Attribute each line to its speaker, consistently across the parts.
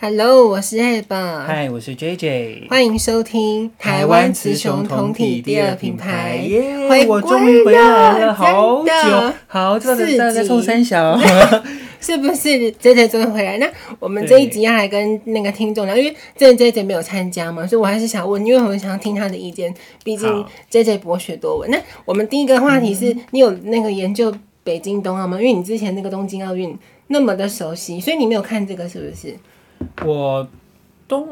Speaker 1: Hello，我是艾爸，
Speaker 2: 嗨，我是 JJ。
Speaker 1: 欢迎收听台湾雌雄同体第二品牌。
Speaker 2: 耶！
Speaker 1: 回
Speaker 2: 我
Speaker 1: 归
Speaker 2: 终于回来
Speaker 1: 了
Speaker 2: 了，好
Speaker 1: 真的
Speaker 2: 久，好，这
Speaker 1: 四集
Speaker 2: 个大家冲 三小，
Speaker 1: 是不是 J J 终于回来？那我们这一集要来跟那个听众聊，因为这 J J 没有参加嘛，所以我还是想问，因为我很想听他的意见，毕竟
Speaker 2: 好嗯
Speaker 1: J J 博学多闻。那我们第一个话题是、你有那个研究北京冬奥吗？因为你之前那个东京奥运那么的熟悉，所以你没有看这个是不是？
Speaker 2: 我冬，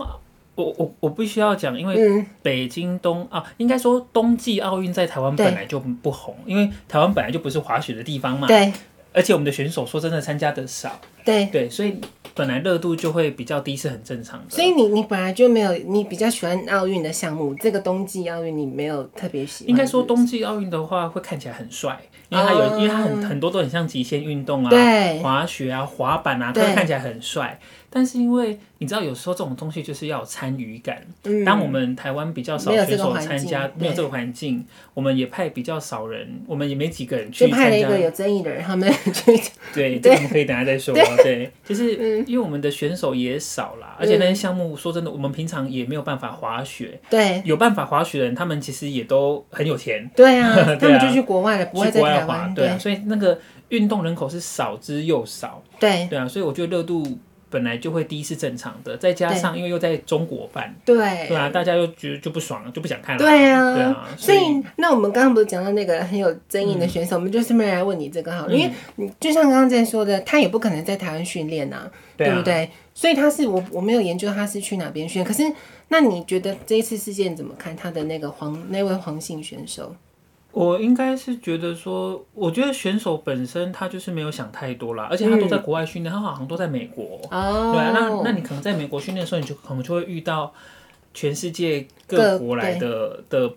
Speaker 2: 我我我必须要讲，因为
Speaker 1: 嗯，
Speaker 2: 北京冬啊，应该说冬季奥运在台湾
Speaker 1: 对
Speaker 2: 本来就不红，因为台湾本来就不是滑雪的地方嘛，
Speaker 1: 对
Speaker 2: 而且我们的选手说真的参加的少，
Speaker 1: 对。
Speaker 2: 对，所以本来热度就会比较低，是很正常的。
Speaker 1: 所以你你本来就没有，你比较喜欢奥运的项目，这个冬季奥运你没有特别喜欢。
Speaker 2: 应该说
Speaker 1: 是不是
Speaker 2: 冬季奥运的话，会看起来很帅，因为它有，
Speaker 1: 哦
Speaker 2: 因为它很很多都很像极限运动啊，
Speaker 1: 对
Speaker 2: 滑雪啊、滑板啊，都
Speaker 1: 对
Speaker 2: 会看起来很帅。但是因为你知道，有时候这种东西就是要有参与感。当我们台湾比较少
Speaker 1: 嗯没有这
Speaker 2: 选
Speaker 1: 个
Speaker 2: 手
Speaker 1: 环
Speaker 2: 参加
Speaker 1: 境，
Speaker 2: 没有
Speaker 1: 对
Speaker 2: 这个环境，我们也派比较少人，我们也没几个人去
Speaker 1: 就派了
Speaker 2: 参
Speaker 1: 一
Speaker 2: 加
Speaker 1: 个。有争议的人，他们去
Speaker 2: 对，这个我们可以等下再说。啊 对，
Speaker 1: 嗯
Speaker 2: 就是因为我们的选手也少啦，而且那些项目说真的，我们平常也没有办法滑雪。
Speaker 1: 对
Speaker 2: 有办法滑雪的人，他们其实也都很有钱。
Speaker 1: 对啊，
Speaker 2: 对啊
Speaker 1: 他们就去国外了，不会
Speaker 2: 去
Speaker 1: 在
Speaker 2: 国
Speaker 1: 台
Speaker 2: 外滑
Speaker 1: 湾。，
Speaker 2: 对啊，所以那个运动人口是少之又少，
Speaker 1: 对
Speaker 2: 对啊，所以我觉得热度本来就会低是正常的，再加上因为又在中国办，
Speaker 1: 对
Speaker 2: 对啊，大家又觉得就不爽了，就不想看了，
Speaker 1: 哎对啊，
Speaker 2: 对啊，
Speaker 1: 所
Speaker 2: 所以嗯
Speaker 1: 以那我们刚刚不是讲到那个很有争议的选手，我们就顺便来问你这个好了，因为你就像刚刚在说的，他也不可能在台湾训练呐，
Speaker 2: 对
Speaker 1: 不
Speaker 2: 啊，
Speaker 1: 对？所以他是我我没有研究他是去哪边训，可是那你觉得这一次事件怎么看？他的那个黄那位黄姓选手，
Speaker 2: 我应该是觉得说，我觉得选手本身他就是没有想太多啦，而且他都在
Speaker 1: 嗯
Speaker 2: 国外训练，他好像都在美国，
Speaker 1: 哦，
Speaker 2: 对啊，那那你可能在美国训练的时候，你就可能就会遇到全世界各
Speaker 1: 各
Speaker 2: 国来的的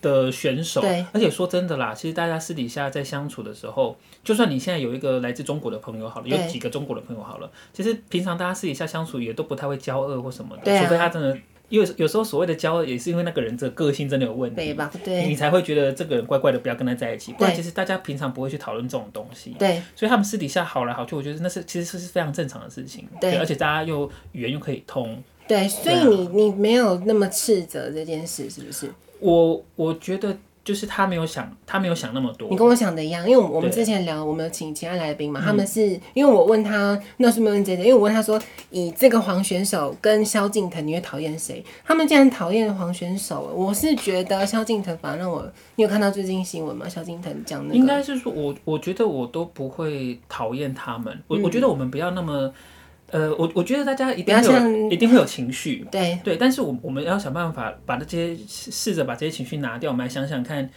Speaker 2: 的选手
Speaker 1: 对。
Speaker 2: 而且说真的啦，其实大家私底下在相处的时候，就算你现在有一个来自中国的朋友好了，有
Speaker 1: 对
Speaker 2: 几个中国的朋友好了，其实平常大家私底下相处也都不太会交恶或什么的，
Speaker 1: 对啊
Speaker 2: 除非他真的。因为有时候所谓的交恶，也是因为那个人这个个性真的有问
Speaker 1: 对
Speaker 2: 题，
Speaker 1: 吧？对
Speaker 2: 你才会觉得这个人怪怪的，不要跟他在一起。不然
Speaker 1: 对
Speaker 2: 其实大家平常不会去讨论这种东西。
Speaker 1: 对
Speaker 2: 所以他们私底下好来好去，我觉得那是其实是非常正常的事情。
Speaker 1: 对
Speaker 2: 而且大家又语言又可以通。
Speaker 1: 对，所以
Speaker 2: 啊
Speaker 1: 你你没有那么斥责这件事，是不是？
Speaker 2: 我我觉得就是他没有想，他没有想那么多
Speaker 1: 你。跟我想的一样，因为我我们
Speaker 2: 对嗯
Speaker 1: 之前聊，我们有请其他来宾嘛，他们是因为我问他，那是没有问姐姐，因为我问他说，以这个黄选手跟萧敬腾，你会讨厌谁？他们竟然讨厌黄选手，我是觉得萧敬腾反而让我，你有看到最近新闻吗？萧敬腾讲那
Speaker 2: 应
Speaker 1: 个，
Speaker 2: 该是说我，我觉得我都不会讨厌他们。
Speaker 1: 嗯
Speaker 2: 我、我觉得我们不要那么，呃，我我觉得大家一定
Speaker 1: 不要
Speaker 2: 会有
Speaker 1: 像
Speaker 2: 一定会有情绪，
Speaker 1: 对
Speaker 2: 对。但是我我们要想办法把这些试试着把这些情绪拿掉，我们来想想看，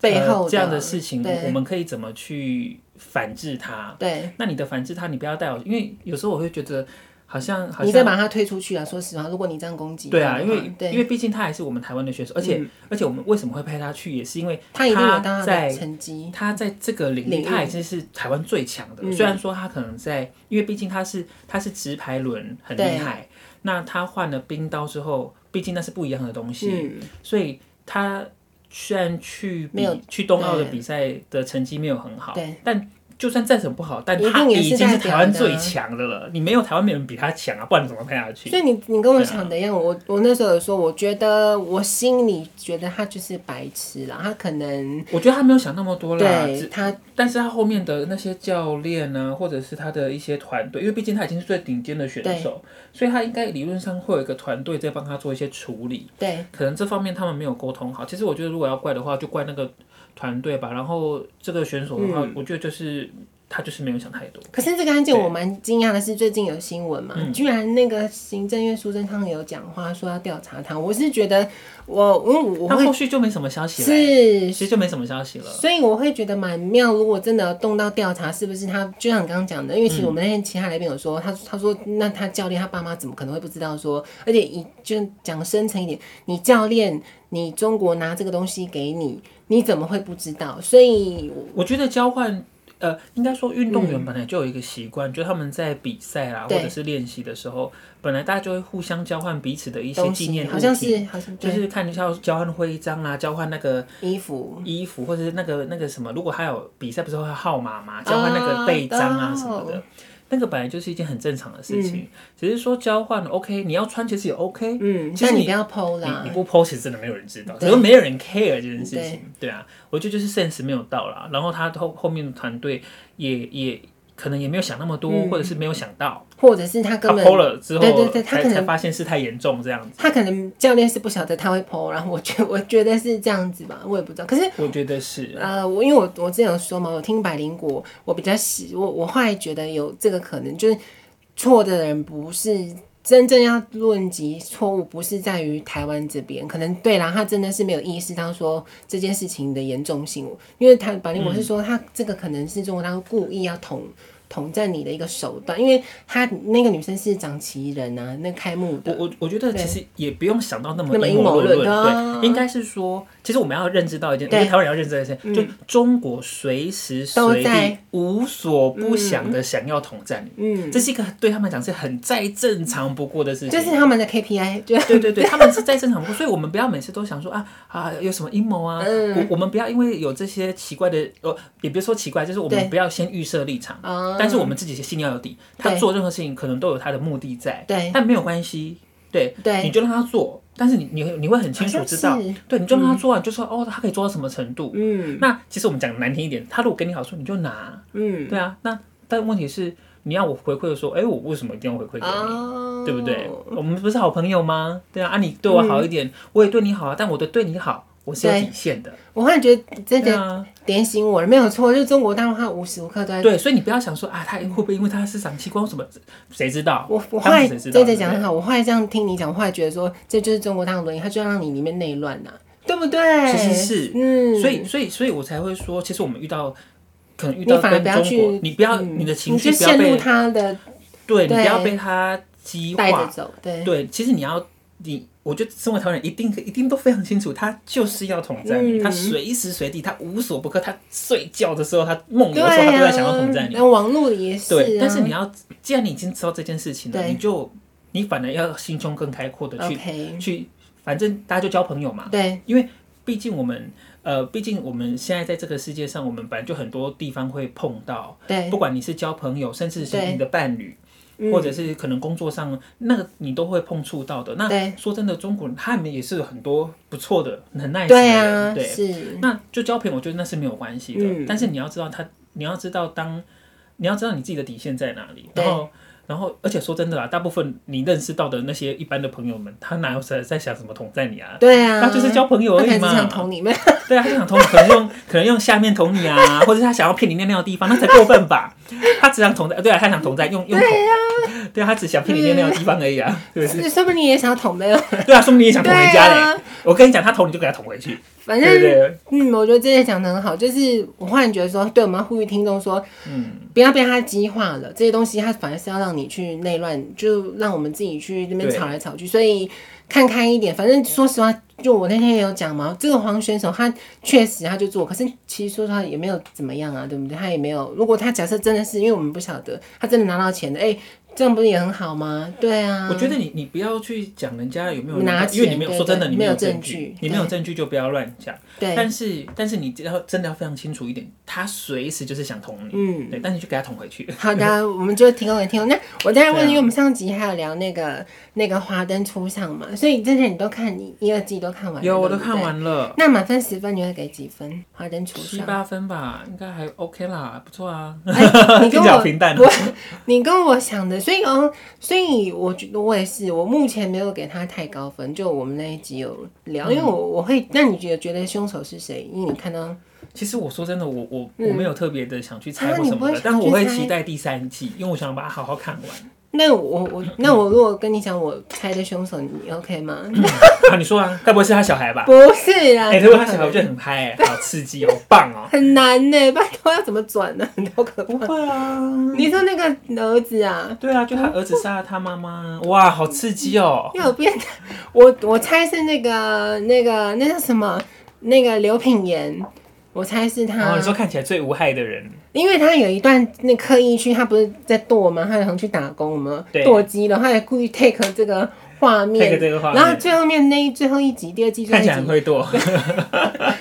Speaker 1: 背后
Speaker 2: 呃、这样的事情，我
Speaker 1: 对
Speaker 2: 我们可以怎么去反制它？
Speaker 1: 对，
Speaker 2: 那你的反制它，你不要带有，因为有时候我会觉得好像好
Speaker 1: 你再
Speaker 2: 像
Speaker 1: 把他推出去啊！说实话，如果你这样攻击他
Speaker 2: 对
Speaker 1: 的话，
Speaker 2: 啊，因为
Speaker 1: 对嗯
Speaker 2: 因为毕竟他还是我们台湾的选手，而且、而且我们为什么会派他去，也是因为
Speaker 1: 他一定有他的
Speaker 2: 在
Speaker 1: 成绩，
Speaker 2: 他在这个领
Speaker 1: 领
Speaker 2: 域
Speaker 1: 域
Speaker 2: 他已经是台湾最强的了，
Speaker 1: 嗯
Speaker 2: 虽然说他可能在，因为毕竟他是他是直排轮很
Speaker 1: 对
Speaker 2: 厉害，那他换了冰刀之后，毕竟那是不一样的东西，
Speaker 1: 嗯，
Speaker 2: 所以他虽然去比
Speaker 1: 没有
Speaker 2: 去冬奥的比赛的成绩没有很好，
Speaker 1: 对
Speaker 2: 但就算战成不好，但
Speaker 1: 一
Speaker 2: 他
Speaker 1: 定也是
Speaker 2: 已经
Speaker 1: 代
Speaker 2: 是
Speaker 1: 表
Speaker 2: 台湾
Speaker 1: 的
Speaker 2: 最强的了。你没有台湾没有人比他强啊，不然你怎么派他去？
Speaker 1: 所以你你跟我想的一样，我我那时候有说，我觉得我心里觉得他就是白痴啦，他可能
Speaker 2: 我觉得他没有想那么多啦，
Speaker 1: 嗯对
Speaker 2: 只
Speaker 1: 他
Speaker 2: 但是他后面的那些教练啊，或者是他的一些团队，因为毕竟他已经是最顶尖的选手，所以他应该理论上会有一个团队在帮他做一些处理。
Speaker 1: 对
Speaker 2: 可能这方面他们没有沟通好。其实我觉得，如果要怪的话，就怪那个团队吧。然后这个选手的
Speaker 1: 嗯
Speaker 2: 话，我觉得就是他就是没有想太多。
Speaker 1: 可是这个案件
Speaker 2: 对嗯
Speaker 1: 我蛮惊讶的是，最近有新闻嘛，居然那个行政院苏贞昌有讲话说要调查他，我是觉得我因为我
Speaker 2: 他
Speaker 1: 会
Speaker 2: 后续就没什么消息了，
Speaker 1: 是
Speaker 2: 其实就没什么消息了。
Speaker 1: 所以我会觉得蛮妙。如果真的动到调查，是不是他就像你刚刚讲的？因为其实我们那天其他来宾有说，
Speaker 2: 嗯
Speaker 1: 他他说那他教练他爸妈怎么可能会不知道说？而且以就讲深层一点，你教练你中国拿这个东西给你，你怎么会不知道？所以
Speaker 2: 我觉得交换，呃，应该说运动员本来就有一个习惯，就他们在比赛啊啦或
Speaker 1: 嗯对
Speaker 2: 者是练习的时候，本来大家就会互相交换彼此的一些
Speaker 1: 东
Speaker 2: 纪
Speaker 1: 西
Speaker 2: 念物
Speaker 1: 好像
Speaker 2: 品
Speaker 1: 是好像
Speaker 2: 就
Speaker 1: 对
Speaker 2: 是看一下交换徽章啦，交换那个
Speaker 1: 衣服
Speaker 2: 衣服，或者是那个那个什么，如果还有比赛不是会有号码嘛，交换那个背章啊
Speaker 1: 哦
Speaker 2: 什么的。那个本来就是一件很正常的事情，只是说交换 OK，你要穿其实也 OK，
Speaker 1: 嗯，
Speaker 2: 其
Speaker 1: 但
Speaker 2: 实
Speaker 1: 你不要剖啦
Speaker 2: 你你，不 PO 其实真的没有人知道，可是没有人 care 这件事情
Speaker 1: 对，
Speaker 2: 对啊，我觉得就是 sense 没有到啦，然后他后后面的团队也也可能也没有想那么多，或者是没有想到，
Speaker 1: 或者嗯是他
Speaker 2: 他
Speaker 1: 根本
Speaker 2: PO 了之后，
Speaker 1: 对对对他
Speaker 2: 才
Speaker 1: 可能
Speaker 2: 才发现事态严重这样子，
Speaker 1: 他可能教练是不晓得他会剖，然后我觉我觉得是这样子吧，我也不知道。可是
Speaker 2: 我觉得是，
Speaker 1: 呃，我因为我我之前有说嘛，我听百灵果，我比较喜我我后来觉得有这个可能，就是错的人不是。真正要论及错误，不是在于台湾这边，可能对啦，他真的是没有意识到说这件事情的严重性，因为他百灵
Speaker 2: 嗯
Speaker 1: 果是说他这个可能是中国大陆故意要统统战你的一个手段，因为他那个女生是掌旗人啊，那开幕
Speaker 2: 我
Speaker 1: 的，
Speaker 2: 我我觉得其实也不用想到那么
Speaker 1: 那么
Speaker 2: 阴
Speaker 1: 阴
Speaker 2: 谋
Speaker 1: 谋
Speaker 2: 论，
Speaker 1: 论啊
Speaker 2: 对，应该是说，其实我们要认知到一件，我
Speaker 1: 对嗯
Speaker 2: 觉得台湾人要认知到一件，就中国随时
Speaker 1: 都
Speaker 2: 随地
Speaker 1: 在
Speaker 2: 无所不想的想要统战你，
Speaker 1: 嗯，
Speaker 2: 这是一个对他们来讲是很再正常不过的事情，
Speaker 1: 就是他们的 KPI，就
Speaker 2: 对对对，他们是在正常过，所以我们不要每次都想说啊啊有什么阴谋啊，
Speaker 1: 嗯
Speaker 2: 我我们不要因为有这些奇怪的呃，也别说奇怪，就是我
Speaker 1: 对
Speaker 2: 们不要先预设立场，
Speaker 1: 啊
Speaker 2: 但是我们自己心里要有底，他
Speaker 1: 对
Speaker 2: 做任何事情可能都有他的目的在，
Speaker 1: 对
Speaker 2: 但没有关系，对，
Speaker 1: 对
Speaker 2: 你就让他做，但是你你你会很清
Speaker 1: 好
Speaker 2: 楚
Speaker 1: 像
Speaker 2: 知道
Speaker 1: 是，
Speaker 2: 对，你就让他做完，就说哦，他可以做到什么程度。
Speaker 1: 嗯
Speaker 2: 那其实我们讲难听一点，他如果给你好处，你就拿，
Speaker 1: 嗯
Speaker 2: 对啊，那但问题是你要我回馈的说，哎，我为什么一定要回馈给你？
Speaker 1: 哦，嗯
Speaker 2: 对不对？我们不是好朋友吗？对啊，啊，你对我好一点，我也对你好啊，但我的对你好，我是有
Speaker 1: 对
Speaker 2: 底线的。
Speaker 1: 我忽然觉得真
Speaker 2: 对
Speaker 1: 的
Speaker 2: 啊，
Speaker 1: 点醒我了，没有错，就是中国大陆它无时无刻都在。
Speaker 2: 对，所以你不要想说啊，他会不会因为他是长期光什么，谁知道？
Speaker 1: 我我后
Speaker 2: 当
Speaker 1: 来
Speaker 2: 时谁知道？
Speaker 1: 对对讲得很
Speaker 2: 对不
Speaker 1: 好，我后来这样听你讲，我后来觉得说这就是中国大陆的，它就要让你里面内乱呐，对不对？
Speaker 2: 对其实是，
Speaker 1: 嗯，
Speaker 2: 所以所以所以我才会说，其实我们遇到。可能遇
Speaker 1: 你
Speaker 2: 到
Speaker 1: 反而
Speaker 2: 跟
Speaker 1: 不要
Speaker 2: 中国
Speaker 1: 去，，
Speaker 2: 你不要
Speaker 1: 嗯
Speaker 2: 你的情绪
Speaker 1: 你就
Speaker 2: 不要
Speaker 1: 陷入
Speaker 2: 被
Speaker 1: 他的
Speaker 2: 对你不
Speaker 1: 对
Speaker 2: 要被他激
Speaker 1: 带着
Speaker 2: 化。
Speaker 1: 走，对，
Speaker 2: 对，其实你要你，我觉得身为台湾人一定一定都非常清楚，他就是要统战你，
Speaker 1: 嗯
Speaker 2: 他随时随地，他无所不刻，他睡觉的时候，他梦游
Speaker 1: 对
Speaker 2: 的时候，他都在想要
Speaker 1: 啊
Speaker 2: 统战，你。
Speaker 1: 那网络也是啊，
Speaker 2: 对，但是你要，既然你已经知道这件事情了，
Speaker 1: 对
Speaker 2: 你就你反而要心胸更开阔的去啊
Speaker 1: OK，
Speaker 2: 去，反正大家就交朋友嘛。
Speaker 1: 对，
Speaker 2: 因为毕竟我们呃，毕竟我们现在在这个世界上，我们本来就很多地方会碰到，
Speaker 1: 对
Speaker 2: 不管你是交朋友，甚至是
Speaker 1: 对
Speaker 2: 你的伴侣，
Speaker 1: 嗯
Speaker 2: 或者是可能工作上那个你都会碰触到的。那
Speaker 1: 对
Speaker 2: 说真的，中国人他们也是有很多不错的、很 nice 的
Speaker 1: 对啊，
Speaker 2: 人，对，
Speaker 1: 是，
Speaker 2: 那就交朋友，我觉得那是没有关系的。
Speaker 1: 嗯
Speaker 2: 但是你要知道他，你要知道当你要知道你自己的底线在哪里，
Speaker 1: 对
Speaker 2: 然后。然后，而且说真的啦，大部分你认识到的那些一般的朋友们，他哪有在在想什么统战你啊？
Speaker 1: 对啊，
Speaker 2: 他就是交朋友
Speaker 1: 他
Speaker 2: 而
Speaker 1: 可
Speaker 2: 已
Speaker 1: 能只想
Speaker 2: 嘛。
Speaker 1: 捅你们，
Speaker 2: 对啊，他想捅你，可能用可能用下面捅你啊， 或者他想要骗你尿尿的地方，那才过分吧？他只想捅在，对啊，他想捅在用用捅，对啊，他只想骗你尿尿的地方而已啊，对不对？
Speaker 1: 是 说不定你也想捅没有？
Speaker 2: 对啊，说明你也想捅
Speaker 1: 对
Speaker 2: 人家嘞。
Speaker 1: 啊，
Speaker 2: 我跟你讲，他捅你就给他捅回去，
Speaker 1: 反
Speaker 2: 对不
Speaker 1: 正
Speaker 2: 对？
Speaker 1: 嗯，我觉得这些讲的很好，就是我忽然觉得说，对我们要呼吁听众说，
Speaker 2: 嗯。
Speaker 1: 不要被他激化了，这些东西它反而是要让你去内乱，就让我们自己去那边
Speaker 2: 对
Speaker 1: 吵来吵去，所以看开一点。反正说实话，就我那天也有讲嘛，这个黄选手他确实他就做，可是其实说实话也没有怎么样啊，对不对？他也没有，如果他假设真的是因为我们不晓得，他真的拿到钱的，哎、这样不是也很好吗？对啊，
Speaker 2: 我觉得嗯你你不要去讲人家有没有
Speaker 1: 拿
Speaker 2: 因为你没有
Speaker 1: 钱
Speaker 2: 说真的，
Speaker 1: 对对
Speaker 2: 你有证
Speaker 1: 没有证据
Speaker 2: 你没有证据就不要乱讲。
Speaker 1: 对，
Speaker 2: 但是但是你要真的要非常清楚一点，他随时就是想捅你，
Speaker 1: 嗯。
Speaker 2: 对，但你就给他捅回去。
Speaker 1: 好的，我们就提供给听众。那我再
Speaker 2: 对啊
Speaker 1: 问，因为我们上集还有聊那个那个华灯初上嘛，所以之前你都看你一二季都看完了，
Speaker 2: 有我
Speaker 1: 对
Speaker 2: 都
Speaker 1: 不
Speaker 2: 看
Speaker 1: 对。
Speaker 2: 完了，
Speaker 1: 那满分十分，你会给几分？华灯初
Speaker 2: 七
Speaker 1: 上，
Speaker 2: 八分吧，应该还 OK 啦，不错啊。
Speaker 1: 哎你
Speaker 2: 听
Speaker 1: 跟
Speaker 2: 起来
Speaker 1: 我
Speaker 2: 好平淡哦
Speaker 1: 我你跟我想的，所以哦，所以我觉得我也是，我目前没有给他太高分。就我们那一集有聊，
Speaker 2: 嗯
Speaker 1: 因为我我会，那你觉得觉得凶手是谁？因为你看到
Speaker 2: 其实我说真的，我我
Speaker 1: 嗯
Speaker 2: 我没有特别的想去猜
Speaker 1: 啊
Speaker 2: 或什么
Speaker 1: 你不
Speaker 2: 的
Speaker 1: 会，
Speaker 2: 但我会
Speaker 1: 想去猜
Speaker 2: 期待第三季，因为我想把它好好看完。
Speaker 1: 那我我那我如果跟你讲我猜的凶手，你 OK 吗？
Speaker 2: 啊，你说啊，该不会是他小孩吧？
Speaker 1: 不是啦，
Speaker 2: 哎，如果他
Speaker 1: 怎么可
Speaker 2: 小孩，我
Speaker 1: 能
Speaker 2: 觉得很嗨，好刺激，好棒 哦。
Speaker 1: 很难呢，拜托要怎么转呢、 好可
Speaker 2: 不
Speaker 1: 怕！
Speaker 2: 会啊，
Speaker 1: 你说那个儿子 啊，
Speaker 2: 对啊，就他儿子杀了他妈妈，哇，好刺激哦！
Speaker 1: 又有变态，我我猜是那个那个那叫什么那个刘品言，我猜是
Speaker 2: 然
Speaker 1: 他，
Speaker 2: 哦后你说看起来最无害的人，
Speaker 1: 因为他有一段那刻意去，他不是在剁吗？他好像去打工吗？
Speaker 2: 对
Speaker 1: 剁鸡了，他也故意 take 这个画
Speaker 2: 配个
Speaker 1: 面。
Speaker 2: 这个画
Speaker 1: 然后
Speaker 2: 面，
Speaker 1: 最后面那一最后一集，第二季最
Speaker 2: 看
Speaker 1: 后一
Speaker 2: 起来很
Speaker 1: 集，
Speaker 2: 会剁。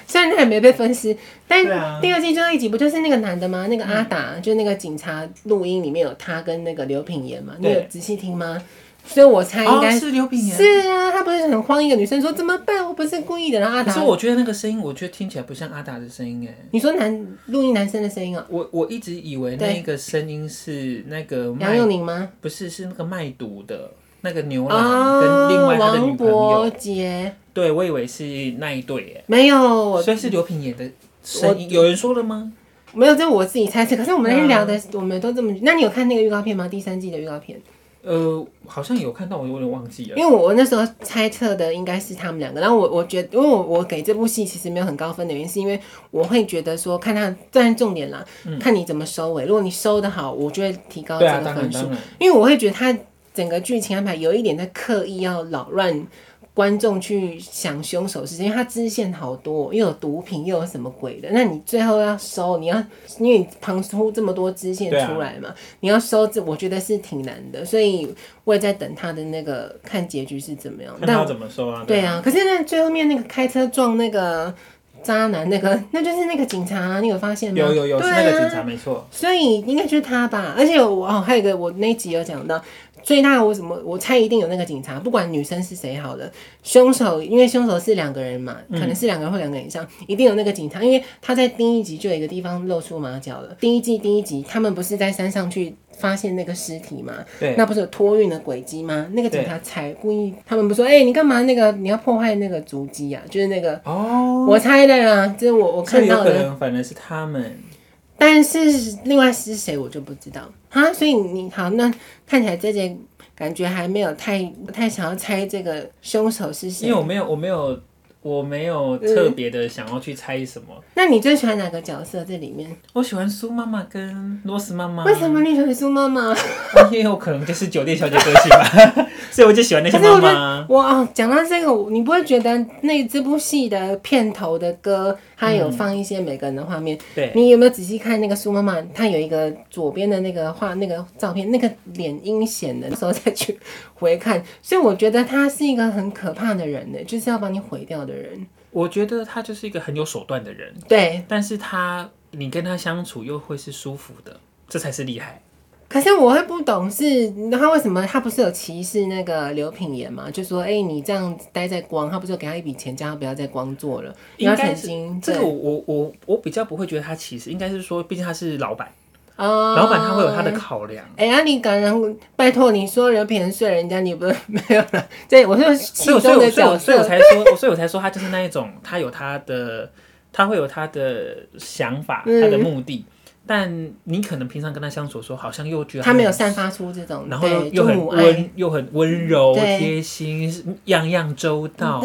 Speaker 1: 虽然他也没被分尸，但
Speaker 2: 对啊嗯
Speaker 1: 第二季最后一集不就是那个男的吗？那个阿达，就是那个警察录音里面有他跟那个刘品言嘛，你
Speaker 2: 对
Speaker 1: 有仔细听吗？所以我猜应
Speaker 2: 哦，
Speaker 1: 该
Speaker 2: 是刘品言。
Speaker 1: 是啊，他不是很慌一个女生说怎么办？我不是故意的。然后阿
Speaker 2: 可
Speaker 1: 达
Speaker 2: 是，我觉得那个声音，我觉得听起来不像阿达的声音哎。
Speaker 1: 你说男录音男生的声音啊、
Speaker 2: 我我一直以为
Speaker 1: 对
Speaker 2: 那个声音是那个
Speaker 1: 杨
Speaker 2: 卖
Speaker 1: 佑，宁吗？
Speaker 2: 不是是那个卖毒的那个牛郎
Speaker 1: 啊，
Speaker 2: 跟另外他的女
Speaker 1: 王
Speaker 2: 朋友
Speaker 1: 伯。杰
Speaker 2: 对，我以为是那一对耶，
Speaker 1: 没有，我
Speaker 2: 所以是刘品言的声音。有人说了吗？
Speaker 1: 没有，这我自己猜测。可是我们那天
Speaker 2: 对
Speaker 1: 聊
Speaker 2: 啊
Speaker 1: 的，我们都这么。那你有看那个预告片吗？第三季的预告片？
Speaker 2: 呃，好像有看到，我有点忘记了。
Speaker 1: 因为我我那时候猜测的应该是他们两个，然后我我觉得，因为我我给这部戏其实没有很高分的原因，是因为我会觉得说，看他当然重点啦，看你怎么收尾。如果你收的好，我就会提高这
Speaker 2: 嗯对啊，
Speaker 1: 个
Speaker 2: 当然
Speaker 1: 分数。
Speaker 2: 当然，
Speaker 1: 因为我会觉得他整个剧情安排有一点在刻意要扰乱观众去想凶手是谁，因为他支线好多，又有毒品，又有什么鬼的。那你最后要收，你要因为你旁出这么多支线
Speaker 2: 对啊
Speaker 1: 出来嘛，你要收这，我觉得是挺难的。所以我也在等他的那个看结局是怎么样。
Speaker 2: 看
Speaker 1: 但
Speaker 2: 他怎么说啊？
Speaker 1: 对，啊，可是那最后面那个开车撞那个渣男，那个那就是那个警察、你有发现吗？
Speaker 2: 有有有，是
Speaker 1: 对啊
Speaker 2: 那个警察没错。
Speaker 1: 所以应该就是他吧。而且我哦，还有一个我那一集有讲到，最大我怎么我猜一定有那个警察，不管女生是谁好了，凶手因为凶手是两个人嘛，可能是两个人或两个人以上，一定有那个警察，因为他在第一集就有一个地方露出马脚了。第一季第一集他们不是在山上去发现那个尸体吗？
Speaker 2: 对，
Speaker 1: 那不是有托运的轨迹吗？那个警察才故意，他们不说，哎、你干嘛那个你要破坏那个足迹啊？就是那个。
Speaker 2: 哦，
Speaker 1: 我猜的啊，这是我我
Speaker 2: 所
Speaker 1: 看
Speaker 2: 以有
Speaker 1: 到
Speaker 2: 可
Speaker 1: 的。
Speaker 2: 能反而是他们。
Speaker 1: 但是另外是谁我就不知道啊，所以你好，那看起来这件感觉还没有太不太想要猜这个凶手是
Speaker 2: 因
Speaker 1: 谁
Speaker 2: 为。我没有，我没有，我没有
Speaker 1: 嗯
Speaker 2: 特别的想要去猜什么。
Speaker 1: 那你最喜欢哪个角色？这里面、
Speaker 2: 我喜欢苏妈妈跟罗斯妈妈，
Speaker 1: 为什么你喜欢苏妈妈？
Speaker 2: 因为我哦可能就是酒店小姐个性吧， 所以我就喜欢那些
Speaker 1: 可是
Speaker 2: 妈
Speaker 1: 我觉
Speaker 2: 妈
Speaker 1: 得。我哦，讲到这个，我你不会觉得那这部戏的片头的歌，它有放一些每个人的画面？
Speaker 2: 嗯对，
Speaker 1: 你有没有仔细看那个苏妈妈？她有一个左边的那个画那个照片，那个脸阴险的，那时候再去回看，所以我觉得她是一个很可怕的人呢，就是要把你毁掉的人。
Speaker 2: 我觉得她就是一个很有手段的人，
Speaker 1: 对，
Speaker 2: 但是她你跟她相处又会是舒服的，这才是厉害。
Speaker 1: 可是我会不懂是她为什么她不是有歧视那个刘品言嘛？就说哎、你这样待在光，她不是有给她一笔钱，叫她不要再光做了，因为她曾经
Speaker 2: 这个
Speaker 1: 嗯对
Speaker 2: 我我我我比较不会觉得她歧视，应该是说，毕竟她是老板，
Speaker 1: 啊
Speaker 2: 老板他会有他的考量。
Speaker 1: 哎呀，啊你敢让拜托你说刘品言睡人家，你 不是没有了？对，我说戏
Speaker 2: 所以我，所以
Speaker 1: 中
Speaker 2: 我，
Speaker 1: 的
Speaker 2: 所以
Speaker 1: 角
Speaker 2: 我，所以我
Speaker 1: 色。
Speaker 2: 才说，所以我才说他就是那一种，他有他的，他会有他的想法，
Speaker 1: 嗯
Speaker 2: 他的目的。但你可能平常跟他相处的时候，好像又觉得
Speaker 1: 他没有
Speaker 2: 很，
Speaker 1: 散发出这种，
Speaker 2: 然后又
Speaker 1: 对
Speaker 2: 又
Speaker 1: 就
Speaker 2: 很
Speaker 1: 母爱，嗯
Speaker 2: 温，又很温柔、
Speaker 1: 对
Speaker 2: 贴心，样样周 到。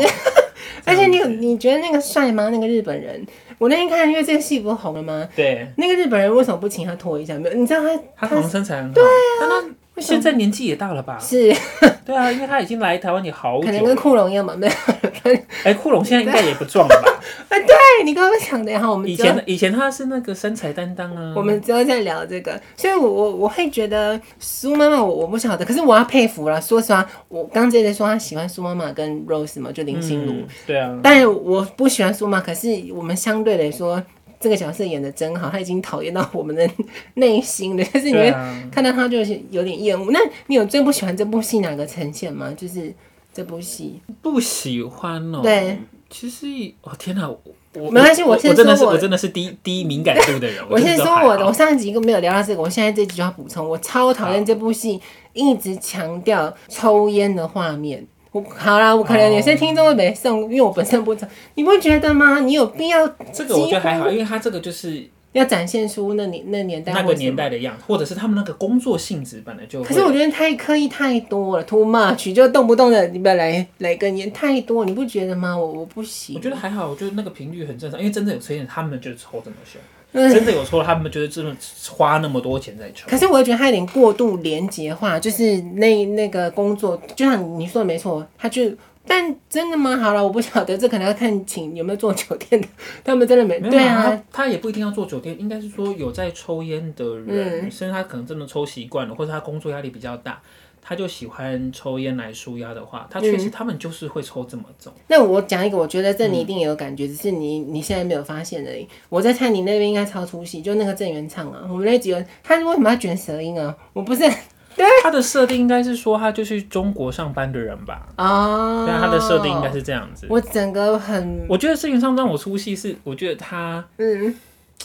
Speaker 1: 而且你有你觉得那个帅吗？那个日本人，我那天看，因为这个戏不是红了吗？
Speaker 2: 对，
Speaker 1: 那个日本人为什么不请他脱衣下？没有，你知道他
Speaker 2: 他好像身材很好，对啊，
Speaker 1: 为什
Speaker 2: 现
Speaker 1: 么
Speaker 2: 在年纪也大了吧？
Speaker 1: 是
Speaker 2: 对啊，因为他已经来台湾也好
Speaker 1: 可
Speaker 2: 久
Speaker 1: 能跟
Speaker 2: 了。
Speaker 1: 库龙一样嘛？没有，
Speaker 2: 哎，库龙现在应该也不壮了吧？
Speaker 1: 哎， 你刚刚讲的，然后我们
Speaker 2: 以
Speaker 1: 之后
Speaker 2: 前以前他是那个身材担当啊。
Speaker 1: 我们之后再聊这个，所以我我我会觉得苏妈妈我我不晓得，可是我要佩服了。说实话，我刚才在说他喜欢苏妈妈跟 Rose 嘛，就林心如，
Speaker 2: 嗯，对啊，
Speaker 1: 但我不喜欢苏妈，可是我们相对来说，这个角色演的真好，他已经讨厌到我们的 内心了，就是你
Speaker 2: 对
Speaker 1: 会
Speaker 2: 啊。
Speaker 1: 看到他就是有点厌恶。那你有最不喜欢这部戏哪个呈现吗？就是这部戏，
Speaker 2: 不喜欢哦。
Speaker 1: 对，
Speaker 2: 其实哦天哪，我我
Speaker 1: 没关系
Speaker 2: 我
Speaker 1: 我先
Speaker 2: 真的是
Speaker 1: 说我
Speaker 2: 我真的是低低敏感度的人。
Speaker 1: 我
Speaker 2: 真
Speaker 1: 先
Speaker 2: 都
Speaker 1: 说
Speaker 2: 还好
Speaker 1: 我的，我上一集没有聊到这个，我现在这集就要补充，我超讨厌这部戏一直强调抽烟的画面。我好啦，我可能有
Speaker 2: 哦
Speaker 1: 些听众会没送，因为我本身不抽，你不觉得吗？你有必要
Speaker 2: 这个我觉得还
Speaker 1: 几
Speaker 2: 好，
Speaker 1: 乎
Speaker 2: 因为他这个就是
Speaker 1: 要展现出那年那年代
Speaker 2: 那
Speaker 1: 或
Speaker 2: 个
Speaker 1: 什么
Speaker 2: 年代的样子，或者是他们那个工作性质本来就会。
Speaker 1: 可是我觉得太刻意太多了，too much，就动不动的你本来来根烟太多，你不觉得吗？我我不行，
Speaker 2: 我觉得还好，我觉得那个频率很正常，因为真的有抽烟，他们就是抽这么 凶，
Speaker 1: 嗯
Speaker 2: 真的有抽，他们就是真的花那么多钱在抽。
Speaker 1: 可是我也觉得他有点过度廉洁化，就是那那个工作，就像你说的没错，他就。但真的吗？好了，我不晓得，这可能要看请有没有做酒店的， 他们真的没
Speaker 2: 没有
Speaker 1: 对啊，
Speaker 2: 他他也不一定要做酒店，应该是
Speaker 1: 嗯
Speaker 2: 说有在抽烟的人，甚至他可能真的抽习惯了，或者他工作压力比较大，他就喜欢抽烟来舒压的
Speaker 1: 嗯
Speaker 2: 话，他确实他们就是会抽这么重。
Speaker 1: 那我讲一个，我觉得这你一定也有感觉，只是你你现在没有发现而已。我在看你那边应该超出戏，就那个郑元畅啊，我们那几个他为什么要卷舌音啊？我 不是啊
Speaker 2: 他的设定应该是说他就是中国上班的人吧？
Speaker 1: 哦，
Speaker 2: 对啊，他的设定应该是这样子。
Speaker 1: 我整个很
Speaker 2: 我觉得郑元畅让我出戏是，我觉得他
Speaker 1: 嗯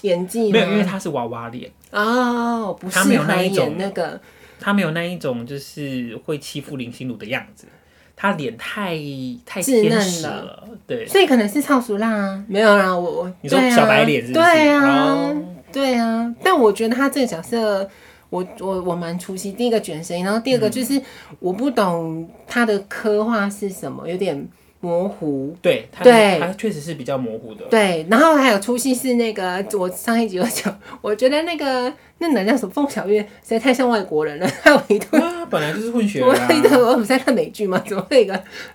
Speaker 1: 演技
Speaker 2: 没有，因为
Speaker 1: 吗？
Speaker 2: 他是娃娃脸，
Speaker 1: 哦，不适
Speaker 2: 他没有
Speaker 1: 合
Speaker 2: 那一种
Speaker 1: 演那个
Speaker 2: 他没有那一种就是会欺负林心如的样子，他脸太太
Speaker 1: 稚嫩
Speaker 2: 天使
Speaker 1: 了
Speaker 2: 了，对。
Speaker 1: 所以可能是超熟啦、啊，没有啦，我我
Speaker 2: 你说
Speaker 1: 对啊
Speaker 2: 小白脸是不是
Speaker 1: 对啊
Speaker 2: 哦，
Speaker 1: 对啊，但我觉得他这个角色。我我我蛮出戏，第一个卷声音，然后第二
Speaker 2: 嗯
Speaker 1: 个就是我不懂他的刻画是什么，有点模糊。
Speaker 2: 对，他
Speaker 1: 对
Speaker 2: 他确实是比较模糊的。
Speaker 1: 对，然后还有出戏是那个，我上一集有讲，我觉得那个那男叫什么凤小岳实在太像外国人了， 还有一度
Speaker 2: 啊，本来就是混 血
Speaker 1: 我
Speaker 2: 儿啊。
Speaker 1: 记得我们在看美剧嘛， 怎么会有一个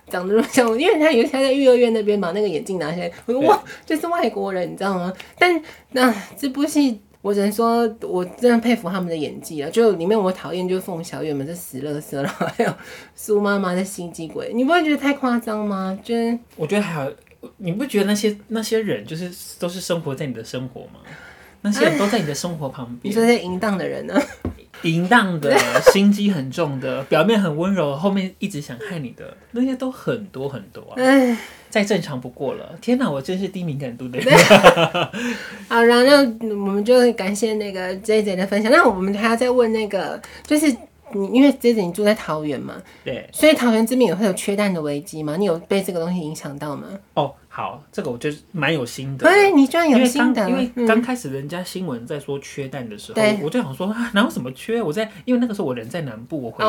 Speaker 1: 长得那么像我？因为他有一次他在育幼院那边把那个眼镜拿下来，我说
Speaker 2: 对
Speaker 1: 哇，这是外国人，你知道吗？但那、这部戏。我只能说，我真的佩服他们的演技啊！就里面我讨厌就是凤小岳们这死乐色，然后还有苏妈妈的心机鬼，你不会觉得太夸张吗？就是
Speaker 2: 我觉得还好，你不觉得那些那些人就是都是生活在你的生活吗？那些人都在你的生活旁
Speaker 1: 你说
Speaker 2: 边，
Speaker 1: 这淫荡的 人呢、
Speaker 2: 淫荡 的、心机很重的，表面很温柔，后面一直想害你的，那些都很多很多啊，
Speaker 1: 哎，
Speaker 2: 再正常不过了。天哪，我真是低敏感度的人。
Speaker 1: 哎好，然后那我们就感谢那个 J J 的分享。那我们还要再问那个，就是你因为 J J 你住在桃园嘛，
Speaker 2: 对，
Speaker 1: 所以桃园这边也会有缺蛋的危机吗？你有被这个东西影响到吗？
Speaker 2: 哦，好，这个我觉得蛮有心得的。
Speaker 1: 对，你居然
Speaker 2: 因
Speaker 1: 有
Speaker 2: 为
Speaker 1: 心
Speaker 2: 刚
Speaker 1: 得，
Speaker 2: 因为
Speaker 1: 嗯
Speaker 2: 刚开始人家新闻在说缺蛋的时候，
Speaker 1: 对
Speaker 2: 我就想说啊，哪有什么缺？我在因为那个时候我人在南部，我回家，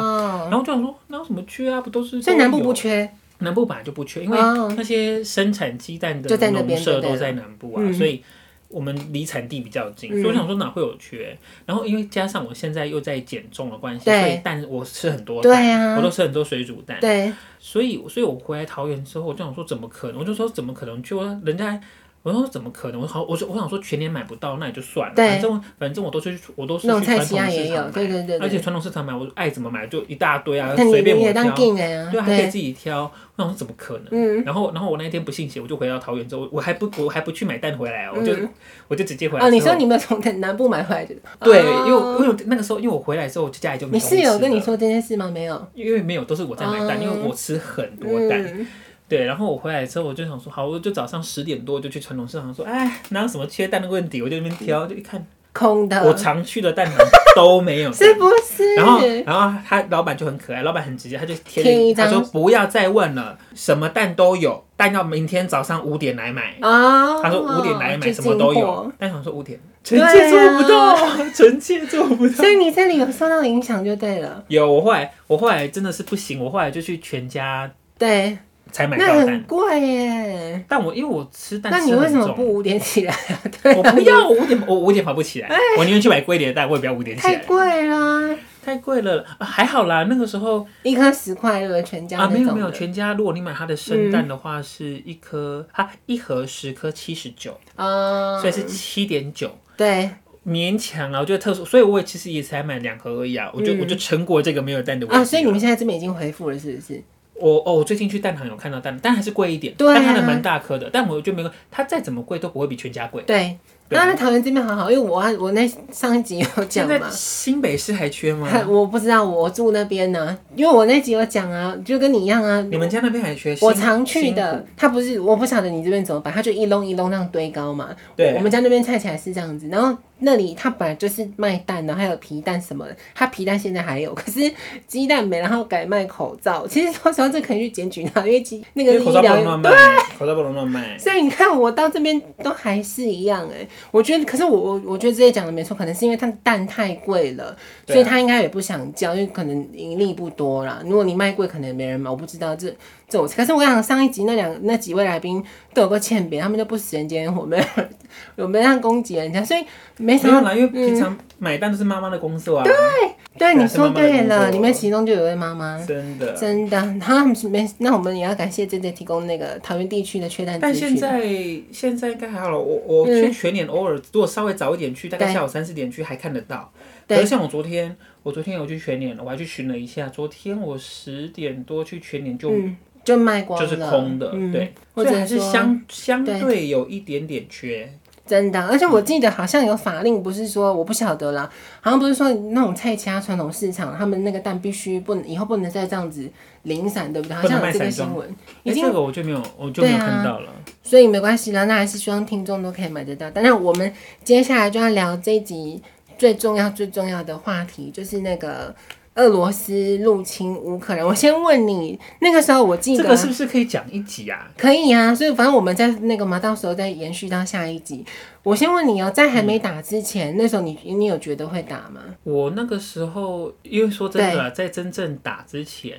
Speaker 1: 哦
Speaker 2: 然后就想说哪有什么缺啊，不都是
Speaker 1: 所以
Speaker 2: 都
Speaker 1: 南部
Speaker 2: 有
Speaker 1: 不缺，
Speaker 2: 南部本来就不缺，因为
Speaker 1: 哦
Speaker 2: 那些生产鸡蛋的
Speaker 1: 就在那
Speaker 2: 农
Speaker 1: 边
Speaker 2: 舍
Speaker 1: 就对
Speaker 2: 都
Speaker 1: 了
Speaker 2: 在南部啊，
Speaker 1: 嗯
Speaker 2: 所以我们离产地比较近，
Speaker 1: 嗯
Speaker 2: 所以我想说哪会有缺。然后因为加上我现在又在减重的关系，
Speaker 1: 对
Speaker 2: 所以蛋我吃很多
Speaker 1: 对
Speaker 2: 蛋，
Speaker 1: 啊
Speaker 2: 我都吃很多水煮蛋，
Speaker 1: 对，
Speaker 2: 所以所以我回来桃园之后，我就想说怎么可能？我就说怎么可能？就人家。我说怎么可能？我好，我说我想说全年买不到，那也就算了。
Speaker 1: 对
Speaker 2: 反正反正我都是去我都是
Speaker 1: 那种
Speaker 2: 去
Speaker 1: 菜
Speaker 2: 传统
Speaker 1: 西亚
Speaker 2: 市
Speaker 1: 也有，
Speaker 2: 场买，
Speaker 1: 对对对
Speaker 2: 而且
Speaker 1: 对。
Speaker 2: 传统市场买我爱怎么买就一大堆啊，
Speaker 1: 那你
Speaker 2: 随便
Speaker 1: 你
Speaker 2: 我
Speaker 1: 也
Speaker 2: 挑。
Speaker 1: 当定人啊，
Speaker 2: 对啊，还可以自己挑。我想说怎么可能？
Speaker 1: 嗯
Speaker 2: 然后，然后我那一天不信邪，我就回到桃园之后，我还不我还不去买蛋回来哦，
Speaker 1: 嗯
Speaker 2: 我就、我就直接回来之后。
Speaker 1: 哦，你说你们从南部买回来的？
Speaker 2: 对，
Speaker 1: 哦
Speaker 2: 因为我因为我那个时候因为我回来之后，我家里就没
Speaker 1: 你
Speaker 2: 东西
Speaker 1: 室友跟
Speaker 2: 了
Speaker 1: 你，说这件事吗？没有，
Speaker 2: 因为没有都是我在买蛋，
Speaker 1: 哦
Speaker 2: 因为我吃很多蛋。
Speaker 1: 嗯，
Speaker 2: 对，然后我回来之后，我就想说，好，我就早上十点多就去传统市场说，哎，哪有什么缺蛋的问题？我就在那边挑，就一看，
Speaker 1: 空的，
Speaker 2: 我常去的蛋行都没有
Speaker 1: 嗯
Speaker 2: 蛋。
Speaker 1: 是不是？
Speaker 2: 然后，然后他老板就很可爱，老板很直接，他就贴了
Speaker 1: 贴一
Speaker 2: 他
Speaker 1: 张
Speaker 2: 说不要再问了，什么蛋都有，蛋要明天早上五点来买。
Speaker 1: 啊，
Speaker 2: 他说五点来买，什么都有。但想说五点，
Speaker 1: 对
Speaker 2: 臣
Speaker 1: 啊
Speaker 2: 妾做不到，臣妾做不到
Speaker 1: 所。以你这里有受到影响就对了，
Speaker 2: 有，我后来我后来真的是不行，我后来就去全家
Speaker 1: 对，
Speaker 2: 才买
Speaker 1: 那
Speaker 2: 到
Speaker 1: 很
Speaker 2: 蛋。
Speaker 1: 贵耶。
Speaker 2: 但我因为我吃蛋
Speaker 1: 那你
Speaker 2: 吃
Speaker 1: 为
Speaker 2: 很
Speaker 1: 什么
Speaker 2: 重，
Speaker 1: 不五点起来？ 对啊
Speaker 2: 我不 要，我五点我五点爬不起来，我宁愿去买贵一点的蛋，我也不要五点起
Speaker 1: 哎太
Speaker 2: 来，
Speaker 1: 贵啦，
Speaker 2: 太贵了。啊还好啦，那个时候
Speaker 1: 一颗十块对不对？全家
Speaker 2: 啊，没
Speaker 1: 那
Speaker 2: 有
Speaker 1: 种
Speaker 2: 没有，
Speaker 1: 的
Speaker 2: 全家如果你买它的生蛋的话，是一
Speaker 1: 嗯
Speaker 2: 颗它一盒十颗七十九，
Speaker 1: 啊，
Speaker 2: 所以是七点九，
Speaker 1: 对，
Speaker 2: 勉强啊，我觉得特殊，所以我也其实也才买两盒而已啊，我就、
Speaker 1: 嗯
Speaker 2: 我就撑过这个没有蛋的危机了
Speaker 1: 啊，所以你们现在这边已经回复了，是不是？
Speaker 2: 我哦，我最近去蛋行有看到蛋，但还是贵一点，
Speaker 1: 对啊
Speaker 2: 但它的蛮大颗的，但我就没有，它再怎么贵都不会比全家贵。
Speaker 1: 对。
Speaker 2: 对
Speaker 1: 那那桃园这边好好，因为我我那上一集有
Speaker 2: 现
Speaker 1: 讲
Speaker 2: 在
Speaker 1: 嘛，
Speaker 2: 新北市还缺吗？
Speaker 1: 我不知道我住那边呢、因为我那集有讲啊，就跟你一样啊，
Speaker 2: 你们家那边还缺？
Speaker 1: 我
Speaker 2: 新
Speaker 1: 常去
Speaker 2: 新
Speaker 1: 的，它不是，我不晓得你这边怎么摆，它就一笼一笼那样堆高嘛。
Speaker 2: 对
Speaker 1: 我们家那边菜起来是这样子，然后那里它本来就是卖蛋，然后还有皮蛋什么的，它皮蛋现在还有， 可是鸡蛋没，然后改卖口罩。其实说实话，这可以去检举它，因为鸡那
Speaker 2: 因
Speaker 1: 个是
Speaker 2: 为
Speaker 1: 医
Speaker 2: 口罩不能
Speaker 1: 疗
Speaker 2: 乱卖，口罩不能 乱卖。
Speaker 1: 所以你看，我到这边都还是一样哎、我觉得，可是我我我觉得这些讲的没错，可能是因为它蛋太贵了，
Speaker 2: 对啊
Speaker 1: 所以他应该也不想叫，因为可能盈利不多啦。如果你卖贵，可能也没人买，我不知道这这种。可是我想上一集那两那几位来宾都有个欠扁，他们就不食人间烟火，没有人有没有让攻击人家，所以没
Speaker 2: 没
Speaker 1: 想
Speaker 2: 有
Speaker 1: 到
Speaker 2: 啦，因为平常买单都是妈妈的工作啊，
Speaker 1: 嗯对，你
Speaker 2: 是妈
Speaker 1: 说
Speaker 2: 妈的
Speaker 1: 对
Speaker 2: 工
Speaker 1: 了，
Speaker 2: 作
Speaker 1: 里面其中就有位妈妈，
Speaker 2: 真的。
Speaker 1: 真的，他们是没，那我们也要感谢 J J 提供那个桃园地区的缺蛋
Speaker 2: 但
Speaker 1: 资
Speaker 2: 现
Speaker 1: 讯。
Speaker 2: 在现在应该还好了，我我
Speaker 1: 嗯
Speaker 2: 去全年偶尔如果稍微早一点去，大概
Speaker 1: 对
Speaker 2: 下午三四点去还看得到。
Speaker 1: 对
Speaker 2: 可是像我昨天，我昨天有去全年，我还去巡了一下。昨天我十点多去全年就、
Speaker 1: 嗯，就卖光
Speaker 2: 就
Speaker 1: 了，
Speaker 2: 是空的，
Speaker 1: 嗯、
Speaker 2: 对，
Speaker 1: 或
Speaker 2: 所
Speaker 1: 者
Speaker 2: 以还是
Speaker 1: 说
Speaker 2: 相相
Speaker 1: 对
Speaker 2: 对有一点点缺。
Speaker 1: 真的，而且我记得好像有法令，不是说我不晓得啦，好像不是说那种菜其他传统市场，他们那个蛋必须不能以后不能再这样子零散，对不对？好
Speaker 2: 不能
Speaker 1: 像有这
Speaker 2: 卖
Speaker 1: 个
Speaker 2: 散装
Speaker 1: 新闻，已
Speaker 2: 哎、
Speaker 1: 经
Speaker 2: 这个我就没有，我就没有
Speaker 1: 对啊
Speaker 2: 看到了。
Speaker 1: 所以没关系啦，那还是希望听众都可以买得到。当然，我们接下来就要聊这一集最重要、最重要的话题，就是那个俄罗斯入侵乌克兰。我先问你，那个时候我记
Speaker 2: 这
Speaker 1: 得啊
Speaker 2: 个是不是可以讲一集啊？
Speaker 1: 可以啊，所以反正我们在那个嘛，到时候再延续到下一集。我先问你哦，在还没打之前，那时候你你有觉得会打吗？
Speaker 2: 我那个时候，因为说真的啊，在真正打之前，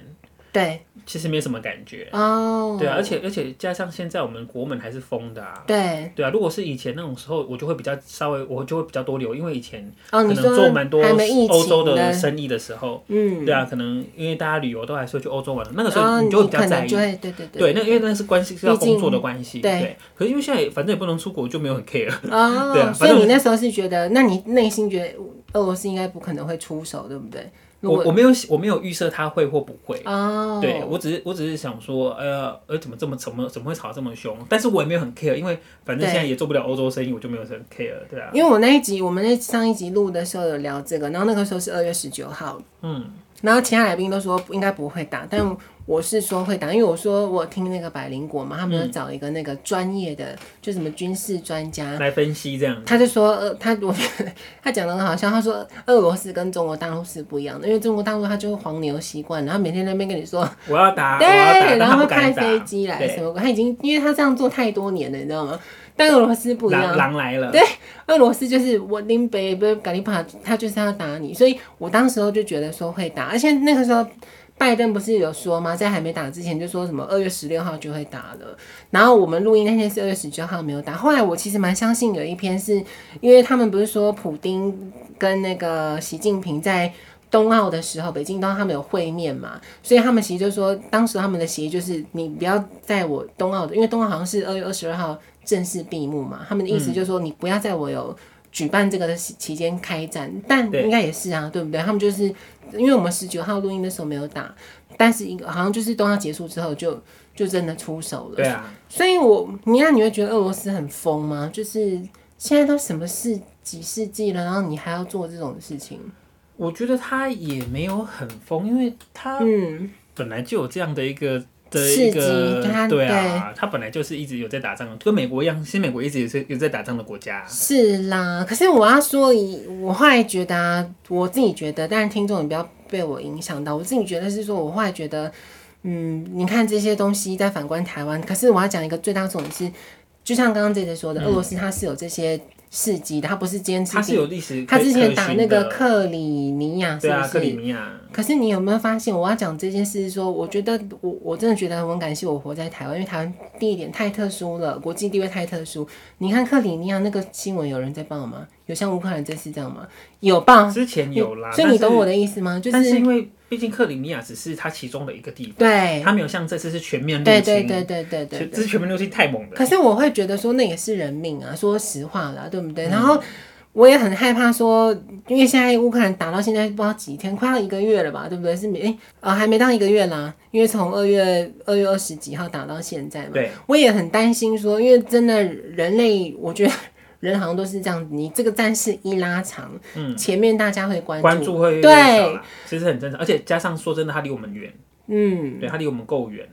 Speaker 1: 对，
Speaker 2: 其实没什么感觉。
Speaker 1: 哦，
Speaker 2: 对啊，而且而且加上现在我们国门还是封的啊。
Speaker 1: 对，
Speaker 2: 对啊，如果是以前那种时候，我就会比较稍微，我就会比较多留，因为以前
Speaker 1: 哦，
Speaker 2: 可
Speaker 1: 你
Speaker 2: 能
Speaker 1: 说
Speaker 2: 做蛮多
Speaker 1: 还没疫情
Speaker 2: 欧洲的
Speaker 1: 呢
Speaker 2: 生意的时候，
Speaker 1: 嗯，
Speaker 2: 对啊，可能因为大家旅游都还是会去欧洲玩，那个时
Speaker 1: 哦
Speaker 2: 候你就会
Speaker 1: 你
Speaker 2: 比较
Speaker 1: 可
Speaker 2: 在
Speaker 1: 能
Speaker 2: 意
Speaker 1: 就。会对对
Speaker 2: 对，那因为那是关系是要工作的关系，
Speaker 1: 毕竟对
Speaker 2: 对。可是因为现在反正也不能出国，就没有很 care。
Speaker 1: 哦，
Speaker 2: 对啊
Speaker 1: 所
Speaker 2: 反
Speaker 1: 以
Speaker 2: 正
Speaker 1: 你那时候是觉得，那你内心觉得俄罗斯应该不可能会出手，对不对？如
Speaker 2: 我
Speaker 1: 果
Speaker 2: 我没有我没有预设他会或不会，
Speaker 1: 哦，
Speaker 2: 对我只是我只是想说，呃，呃，怎么这么怎么怎么会吵得这么凶？但是我也没有很 care，因为反正
Speaker 1: 对
Speaker 2: 现在也做不了欧洲生意，我就没有很 care，对啊，
Speaker 1: 因为我那一集，我们那上一集录的时候有聊这个，然后那个时候是二月十九号，
Speaker 2: 嗯，
Speaker 1: 然后其他来宾都说应该不会打，但我是说会打，因为我说我听那个百灵果嘛，他
Speaker 2: 嗯
Speaker 1: 们有找一个那个专业的，就什么军事专家。
Speaker 2: 来分析这样。
Speaker 1: 他就说，呃， 他我他讲的很好笑，他说俄罗斯跟中国大陆是不一样的，因为中国大陆他就是黄牛习惯，然后每天在那边跟你说
Speaker 2: 我要啊打，我
Speaker 1: 对
Speaker 2: 要打，，但
Speaker 1: 然
Speaker 2: 他
Speaker 1: 后会
Speaker 2: 不敢
Speaker 1: 派
Speaker 2: 打。
Speaker 1: 飞机来
Speaker 2: 对
Speaker 1: 什么鬼？他已经因为他这样做太多年了，你知道吗？但俄罗斯不一
Speaker 2: 狼
Speaker 1: 样，
Speaker 2: 狼来了，
Speaker 1: 对俄罗斯就是我拎北不是咖喱帕，他就是要打你，所以我当时候就觉得说会打，而且那个时候。拜登不是有说吗？在还没打之前就说什么二月十六号就会打了，然后我们录音那天是二月十九号没有打。后来我其实蛮相信有一篇是因为他们不是说普丁跟那个习近平在冬奥的时候，北京冬奥他们有会面嘛，所以他们其实就说，当时他们的协议就是你不要在我冬奥的，因为冬奥好像是二月二十二号正式闭幕嘛，他们的意思就是说你不要在我有举办这个的期期间开战，但
Speaker 2: 对
Speaker 1: 应该也是啊，对不对？他们就是因为我们十九号录音的时候没有打，但是一个好像就是冬奥结束之后就就真的出手了，
Speaker 2: 对啊，
Speaker 1: 所以我，你那你会觉得俄罗斯很疯吗？就是现在都什么世几世纪了，然后你还要做这种事情？
Speaker 2: 我觉得他也没有很疯，因为他
Speaker 1: 嗯，
Speaker 2: 本来就有这样的一个的
Speaker 1: 刺激
Speaker 2: 一个
Speaker 1: 对他，
Speaker 2: 对啊，他本来就是一直有在打仗，跟美国一样，其实美国一直有在有在打仗的国家，
Speaker 1: 是啦。可是我要说，以我后来觉得啊，我自己觉得，但是听众你不要被我影响到。我自己觉得是说，我后来觉得，嗯，你看这些东西再反观台湾，可是我要讲一个最大重点是，就像刚刚姐姐说的，俄罗斯它是有这些事迹的，它嗯不是今天
Speaker 2: 他嗯是有历史可，
Speaker 1: 它之前打
Speaker 2: 可
Speaker 1: 那
Speaker 2: 循
Speaker 1: 个
Speaker 2: 的
Speaker 1: 克里尼亚，是
Speaker 2: 对
Speaker 1: 不
Speaker 2: 啊，
Speaker 1: 是？
Speaker 2: 克里米亚，
Speaker 1: 可是你有没有发现，我要讲这件事是说，我觉得我我真的觉得我很感谢我活在台湾，因为台湾第一点太特殊了，国际地位太特殊。你看克里尼亚那个新闻，有人在报吗？有像乌克兰这次这样吗？有报，
Speaker 2: 之前有啦，
Speaker 1: 哦嗯所以
Speaker 2: 但
Speaker 1: 你
Speaker 2: 是
Speaker 1: 懂我的意思吗？就
Speaker 2: 但是
Speaker 1: 是
Speaker 2: 因为毕竟克里米亚只是它其中的一个地方，
Speaker 1: 对
Speaker 2: 它没有像这次是全面入
Speaker 1: 对
Speaker 2: 侵，
Speaker 1: 对对对对对
Speaker 2: 其实这是全面入侵太猛了。
Speaker 1: 可是我会觉得说那也是人命啊，说实话啦，对不
Speaker 2: 嗯
Speaker 1: 对？然后我也很害怕说，因为现在乌克兰打到现在不知道几天，快要一个月了吧，对不对？是没、诶呃还没到一个月啦，因为从二月二月二十几号打到现在嘛。
Speaker 2: 对，
Speaker 1: 我也很担心说，因为真的人类，我觉得人好像都是这样子，你这个战事一拉长，
Speaker 2: 嗯，
Speaker 1: 前面大家会关注，
Speaker 2: 关注会越来越少
Speaker 1: 对，
Speaker 2: 啦，其实很正常，而且加上说真的，它离我们远，
Speaker 1: 嗯，
Speaker 2: 对，它离我们够远，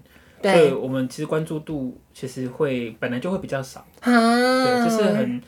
Speaker 2: 所
Speaker 1: 对
Speaker 2: 以我们其实关注度其实会本来就会比较少，
Speaker 1: 啊，
Speaker 2: 对，就是很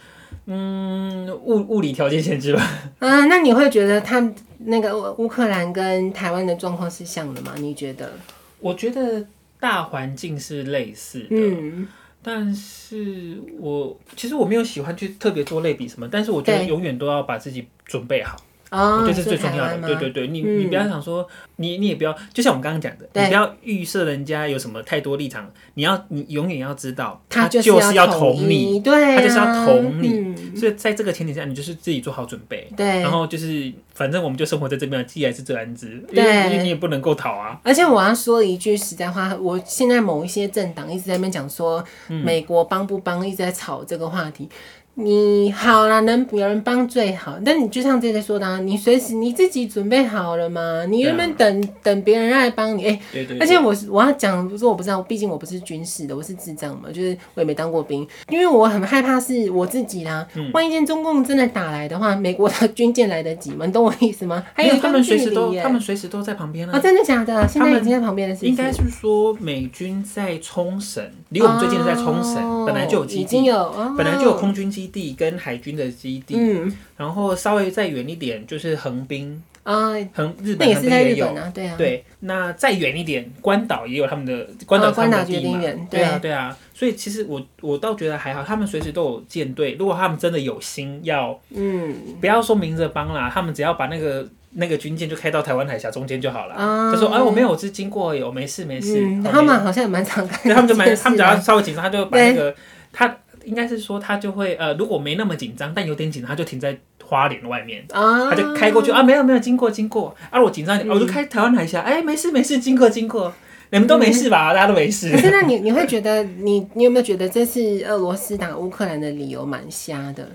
Speaker 2: 嗯物物理条件限制吧。
Speaker 1: 啊，那你会觉得他们那个乌乌克兰跟台湾的状况是像的吗？你觉得？
Speaker 2: 我觉得大环境是类似的，
Speaker 1: 嗯，
Speaker 2: 但是我其实我没有喜欢去特别做类比什么，但是我觉得
Speaker 1: 对
Speaker 2: 永远都要把自己准备好。
Speaker 1: 哦，
Speaker 2: 我觉得
Speaker 1: 是
Speaker 2: 这是最重要
Speaker 1: 台湾
Speaker 2: 的。
Speaker 1: 吗
Speaker 2: 对对对，你你
Speaker 1: 嗯
Speaker 2: 不要想说，你你也不要，就像我们刚刚讲的，
Speaker 1: 对
Speaker 2: 你不要预设人家有什么太多立场，你要你永远要知道，
Speaker 1: 他
Speaker 2: 就是要
Speaker 1: 统
Speaker 2: 捅你，
Speaker 1: 一，对、啊，
Speaker 2: 他就是要捅你
Speaker 1: 嗯
Speaker 2: 所以在这个前提下，你就是自己做好准备。
Speaker 1: 对，
Speaker 2: 然后就是，反正我们就生活在这边，啊既然是自然之，因
Speaker 1: 对
Speaker 2: 为因为你也不能够逃啊。
Speaker 1: 而且我要说一句实在话，我现在某一些政党一直在那边讲说
Speaker 2: 嗯
Speaker 1: 美国帮不帮，一直在吵这个话题。你好啦，能有人帮最好，但你就像这个说的、啊，你随时你自己准备好了吗？你
Speaker 2: 啊
Speaker 1: 原本等、等别人来帮你，哎、
Speaker 2: 对对
Speaker 1: 而且我是我要讲，不是我不知道，毕竟我不是军事的，我是智障嘛，就是我也没当过兵，因为我很害怕是我自己啦。
Speaker 2: 嗯
Speaker 1: 万一见中共真的打来的话，美国的 军舰来得及吗？你懂我意思吗？还有
Speaker 2: 他们随时
Speaker 1: 距离
Speaker 2: 都，
Speaker 1: 耶
Speaker 2: 他们随时都在旁边
Speaker 1: 哦，
Speaker 2: 啊。
Speaker 1: 真的假的？现在已经在旁边的是不是
Speaker 2: 应该是说美军在冲绳，离我们最近的在冲
Speaker 1: 哦
Speaker 2: 绳，本来就有
Speaker 1: 已
Speaker 2: 基
Speaker 1: 经
Speaker 2: 地，
Speaker 1: 有，哦
Speaker 2: 本来就有空军基地跟海军的基地，
Speaker 1: 嗯
Speaker 2: 然后稍微再远一点就是横滨，
Speaker 1: 啊，
Speaker 2: 横日
Speaker 1: 那
Speaker 2: 本
Speaker 1: 也
Speaker 2: 横
Speaker 1: 是
Speaker 2: 滨
Speaker 1: 在
Speaker 2: 也
Speaker 1: 日
Speaker 2: 有
Speaker 1: 本。啊，对啊，
Speaker 2: 对，那再远一点，关岛也有他们的关岛
Speaker 1: 哦
Speaker 2: 有他们的
Speaker 1: 关岛决
Speaker 2: 地
Speaker 1: 定
Speaker 2: 嘛
Speaker 1: 远
Speaker 2: 对啊，对啊，所以其实我我倒觉得还好，他们随时都有舰队。如果他们真的有心要，
Speaker 1: 嗯
Speaker 2: 不要说明着帮啦，他们只要把那个那个军舰就开到台湾海峡中间就好了。
Speaker 1: 啊
Speaker 2: 就说哎，我没有，我是经过而已，我没事没事。
Speaker 1: 嗯，
Speaker 2: 哦
Speaker 1: 他
Speaker 2: 没
Speaker 1: 们好像也蛮常干这件事的，
Speaker 2: 对他 们就蛮，他们只要稍微紧张，他就把那个他应该是说他就会呃，如果没那么紧张，但有点紧张，他就停在花莲外面，
Speaker 1: 啊，嗯
Speaker 2: 他就开过去啊，没有没有，经过经过啊，我紧张一点，我就开台湾海峡，哎，没事没事，经过经过，你们都没
Speaker 1: 嗯
Speaker 2: 事吧？大家都没事
Speaker 1: 可。是那你你会觉得你你有没有觉得这次俄罗斯打乌克兰的理由蛮瞎的？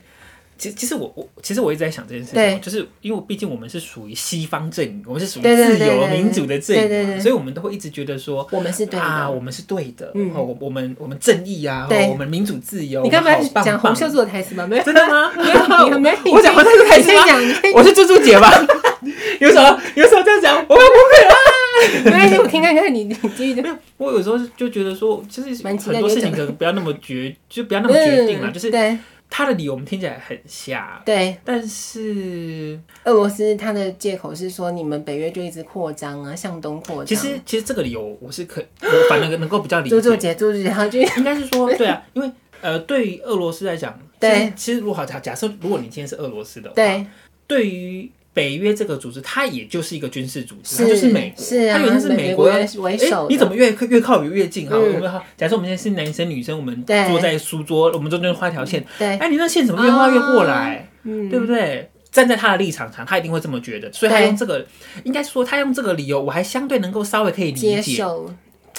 Speaker 2: 其实其实我我其实我一直在想这件事情
Speaker 1: 对
Speaker 2: 哦，就是因为毕竟我们是属于西方阵营，我们是属于
Speaker 1: 对对对
Speaker 2: 自由
Speaker 1: 对对
Speaker 2: 民主的阵营嘛，
Speaker 1: 对对对
Speaker 2: 所以我们都会一直觉得说。
Speaker 1: 我们是对的。
Speaker 2: 啊，我们是对的，
Speaker 1: 嗯
Speaker 2: 哦，我我们我们正义啊，
Speaker 1: 对
Speaker 2: 哦我们民主自由，
Speaker 1: 你刚
Speaker 2: 我
Speaker 1: 才
Speaker 2: 们好棒
Speaker 1: 讲洪
Speaker 2: 棒
Speaker 1: 秀 柱的台词吗？没有，
Speaker 2: 真的吗？
Speaker 1: 你没有，
Speaker 2: 我讲过这个台词吗
Speaker 1: 你先讲，你先
Speaker 2: 我是猪猪姐吧？ 有什么有什么 这样讲？我又不会啊。
Speaker 1: 没关系，我听看看你你继续。
Speaker 2: 没有，我有时候就觉得说，就是
Speaker 1: 蛮期待
Speaker 2: 很多事情
Speaker 1: 有
Speaker 2: 可能不要那么决，就 不要那么决定啦。
Speaker 1: 嗯
Speaker 2: 就是
Speaker 1: 对
Speaker 2: 他的理由我们听起来很瞎，
Speaker 1: 对，
Speaker 2: 但是
Speaker 1: 俄罗斯他的借口是说你们北约就一直扩张啊，向东扩张。
Speaker 2: 其实其实这个理由我是可，我反而能够比较理
Speaker 1: 朱朱
Speaker 2: 解。
Speaker 1: 姐，朱朱姐，她 就
Speaker 2: 应该是说，对啊，因为呃，对于俄罗斯来讲，
Speaker 1: 对
Speaker 2: 其实，其实如果好假假设，如果你今天是俄罗斯的话，
Speaker 1: 对
Speaker 2: 对于北约这个组织，它也就是一个军事组织，
Speaker 1: 是
Speaker 2: 它就是美国，
Speaker 1: 是啊，
Speaker 2: 它原先是
Speaker 1: 美
Speaker 2: 美国
Speaker 1: 为为
Speaker 2: 哎，
Speaker 1: 首的。
Speaker 2: 你怎么越越靠越近哈？
Speaker 1: 嗯
Speaker 2: 我们好，假设我们现在是男生女生，我们
Speaker 1: 对
Speaker 2: 坐在书桌，我们中间画一条线，
Speaker 1: 对？
Speaker 2: 哎，你那线怎么越画越过来？
Speaker 1: 嗯，
Speaker 2: 对不对？站在他的立场上，他一定会这么觉得，所以他
Speaker 1: 对
Speaker 2: 用这个，应该说他用这个理由，我还相对能够稍微可以理
Speaker 1: 接
Speaker 2: 解。
Speaker 1: 受，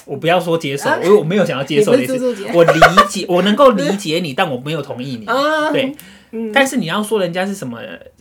Speaker 2: 我不要说接受，因为我没有想要接受的
Speaker 1: 你
Speaker 2: 意
Speaker 1: 不是猪
Speaker 2: 思
Speaker 1: 猪姐，
Speaker 2: 我理解，我能够理解你，但我没有同意你。
Speaker 1: 啊
Speaker 2: 对，但是你要说人家是什么，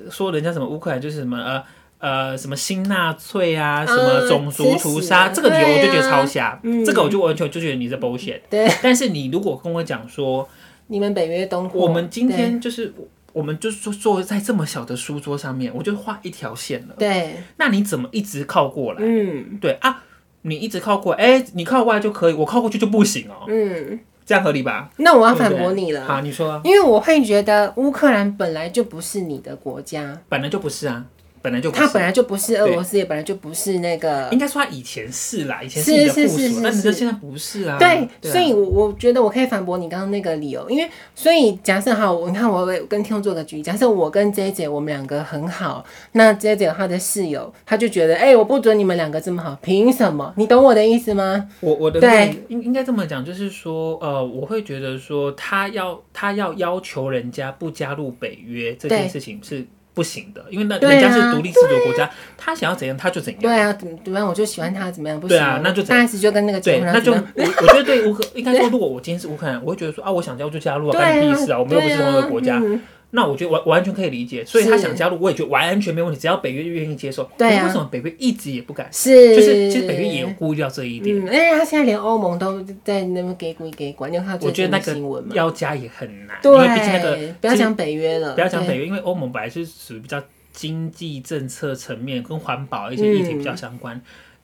Speaker 2: 说人家什么乌克兰就是什么呃呃什么新纳粹啊，什么种族屠杀，
Speaker 1: 吃屎啊
Speaker 2: 这个理由我就
Speaker 1: 呃
Speaker 2: 觉
Speaker 1: 对
Speaker 2: 得
Speaker 1: 啊
Speaker 2: 超瞎，
Speaker 1: 嗯
Speaker 2: 这个我就完全就觉得你在 bullshit。
Speaker 1: 对，
Speaker 2: 但是你如果跟我讲说，
Speaker 1: 你们北约东扩。
Speaker 2: 我们今天就是我们就是坐坐在这么小的书桌上面，我就画一条线了，
Speaker 1: 对，
Speaker 2: 那你怎么一直靠过来？
Speaker 1: 嗯
Speaker 2: 对啊，你一直靠过来，哎、你靠过来就可以，我靠过去就不行哦，
Speaker 1: 嗯，
Speaker 2: 这样合理吧？
Speaker 1: 那我
Speaker 2: 我
Speaker 1: 要反驳你了。
Speaker 2: 好，你说啊，
Speaker 1: 因为我会觉得乌克兰本来就不是你的国家，
Speaker 2: 本来就不是啊，本来就不
Speaker 1: 它
Speaker 2: 是。
Speaker 1: 本来就不是俄罗斯，也本来就不是那个
Speaker 2: 应该说他以前是啦，以前
Speaker 1: 是
Speaker 2: 你的附
Speaker 1: 是是是
Speaker 2: 属，但你这
Speaker 1: 是
Speaker 2: 现在不是啊。
Speaker 1: 对，
Speaker 2: 啊
Speaker 1: 所以我我觉得我可以反驳你刚刚那个理由，因为所以假设哈，我你看我我跟听众做个举例，假设我跟 J 姐我们两个很好，那 J 姐她的室友，她就觉得，哎、我不准你们两个这么好，凭什么？你懂我的意思吗？
Speaker 2: 我我的
Speaker 1: 对
Speaker 2: 论应应该这么讲，就是说，呃，我会觉得说他要他要要求人家不加入北约这件
Speaker 1: 对
Speaker 2: 事情是不行的，因为那
Speaker 1: 对啊
Speaker 2: 人家是独立自主国家，他想要怎样他就怎样。
Speaker 1: 对啊，怎么怎么样，我就喜欢他怎么样，不
Speaker 2: 对
Speaker 1: 行
Speaker 2: 啊
Speaker 1: 吗
Speaker 2: 那就怎
Speaker 1: 大 S 就跟那个结
Speaker 2: 对，
Speaker 1: 婚
Speaker 2: 那
Speaker 1: 了
Speaker 2: 就
Speaker 1: 怎么
Speaker 2: 我我
Speaker 1: 样
Speaker 2: 我觉得对乌克应该说，如果我今天是乌克兰，我会觉得说啊，我想加入就加入啊，
Speaker 1: 对
Speaker 2: 关你
Speaker 1: 啊
Speaker 2: 屁事啊，我们又不是
Speaker 1: 对
Speaker 2: 同
Speaker 1: 啊
Speaker 2: 一个国家。
Speaker 1: 嗯
Speaker 2: 那我觉得完完全可以理解，所以他
Speaker 1: 是
Speaker 2: 想加入，我也觉得完全没问题，只要北约愿意接受。
Speaker 1: 对啊
Speaker 2: 可是为什么北约一直也不敢？
Speaker 1: 是
Speaker 2: 就是其实北约也有顾虑到这一点。
Speaker 1: 嗯，而且他现在连欧盟都在那边给鬼给管，你有看到
Speaker 2: 我
Speaker 1: 最
Speaker 2: 觉
Speaker 1: 近
Speaker 2: 得那
Speaker 1: 的
Speaker 2: 个
Speaker 1: 新闻吗？
Speaker 2: 要加也很难，因为毕竟那个
Speaker 1: 对，不要讲北约了，
Speaker 2: 不要讲
Speaker 1: 呃对
Speaker 2: 北约，因为欧盟本来是属于比较经济政策层面跟环保一些议题比较相
Speaker 1: 嗯
Speaker 2: 关。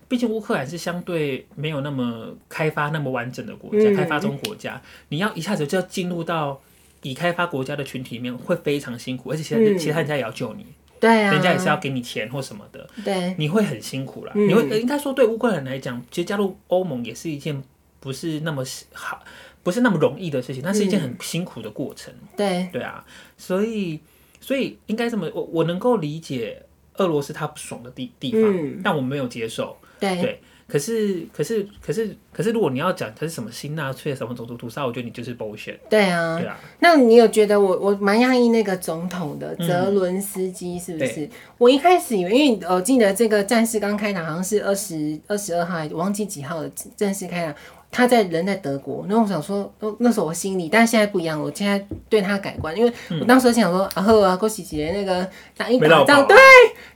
Speaker 2: 毕竟乌克兰是相对没有那么开发那么完整的国家，
Speaker 1: 嗯
Speaker 2: 开发中国家，你要一下子就要进入到已开发国家的群体里面，会非常辛苦，而且其他、
Speaker 1: 嗯
Speaker 2: 其他人家也要救你，
Speaker 1: 对啊，
Speaker 2: 人家也是要给你钱或什么的，
Speaker 1: 对。
Speaker 2: 你会很辛苦啦。
Speaker 1: 嗯
Speaker 2: 你会呃应该说对乌克兰来讲，其实加入欧盟也是一件不是那么好，不是那么容易的事情，它是一
Speaker 1: 嗯
Speaker 2: 件很辛苦的过程。
Speaker 1: 对，
Speaker 2: 对啊，所以所以应该这么，我我能够理解俄罗斯他不爽的地地方，
Speaker 1: 嗯，
Speaker 2: 但我们没有接受。
Speaker 1: 对
Speaker 2: 对可是，可是，可是，可是，如果你要讲他是什么新纳粹、什么种族屠杀，我觉得你就是 bullshit。
Speaker 1: 对啊
Speaker 2: 对。啊，
Speaker 1: 那你有觉得我我蛮讶异那个总统的
Speaker 2: 嗯
Speaker 1: 泽伦斯基是不
Speaker 2: 对
Speaker 1: 是？我一开始以为，因为我呃记得这个战事刚开打，好像是二十二十二号，还我忘记几号的正式开打。他在人在德国，然后我想说，哦，那时候我心里，但现在不一样，了，我现在对他改观，因为我当时想说，啊呵啊，郭喜杰那个打一
Speaker 2: 嗯没到
Speaker 1: 打仗，
Speaker 2: 跑
Speaker 1: 对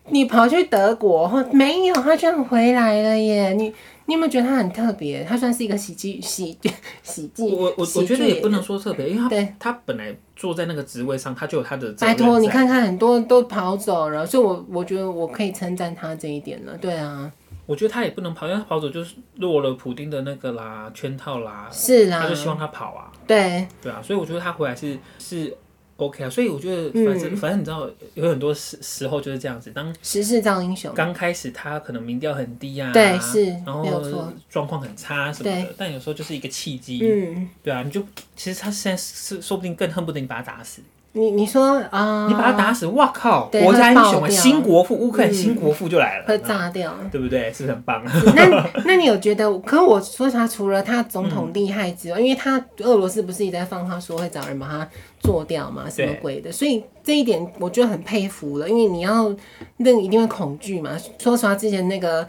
Speaker 1: 你跑去德国，哦没有，他居然回来了耶！你你有没有觉得他很特别？他算是一个喜剧喜喜剧，
Speaker 2: 我我我
Speaker 1: 喜
Speaker 2: 觉得
Speaker 1: 剧
Speaker 2: 也不能说特别，因为他
Speaker 1: 对
Speaker 2: 他本来坐在那个职位上，他就有他的责
Speaker 1: 拜
Speaker 2: 任
Speaker 1: 托，你
Speaker 2: 在
Speaker 1: 看看很多人都跑走了，所以我我觉得我可以称赞他这一点了。对啊，
Speaker 2: 我觉得他也不能跑，因为他跑走就是落了普丁的那个啦圈套啦，
Speaker 1: 是啦
Speaker 2: 他就，希望他跑啊，
Speaker 1: 对，
Speaker 2: 对啊，所以我觉得他回来是是 OK 啊，所以我觉
Speaker 1: 嗯
Speaker 2: 得反正、反正你知道有很多时时候就是这样子，当
Speaker 1: 时势造英雄，
Speaker 2: 刚开始他可能民调很低啊，
Speaker 1: 对是
Speaker 2: 然
Speaker 1: 没有错
Speaker 2: 后状况很差什么的，但有时候就是一个契机，
Speaker 1: 嗯，
Speaker 2: 对啊，你就其实他现在是说不定更恨不得你把他打死，
Speaker 1: 你你说啊，
Speaker 2: 你把他打死，哇靠，
Speaker 1: 对
Speaker 2: 国家英
Speaker 1: 他
Speaker 2: 雄
Speaker 1: 爆
Speaker 2: 啊，
Speaker 1: 掉嗯
Speaker 2: 新国父，乌克兰新国父就来了，
Speaker 1: 会炸掉。
Speaker 2: 对不对？是不是很棒？啊
Speaker 1: 那那你有觉得？可我说他除了他总
Speaker 2: 嗯
Speaker 1: 统厉害之外，因为他俄罗斯不是一直在放话说会找人把他做掉嘛，什么
Speaker 2: 对
Speaker 1: 鬼的，所以这一点我就很佩服了。因为你要那一定会恐惧嘛。说实话，之前那个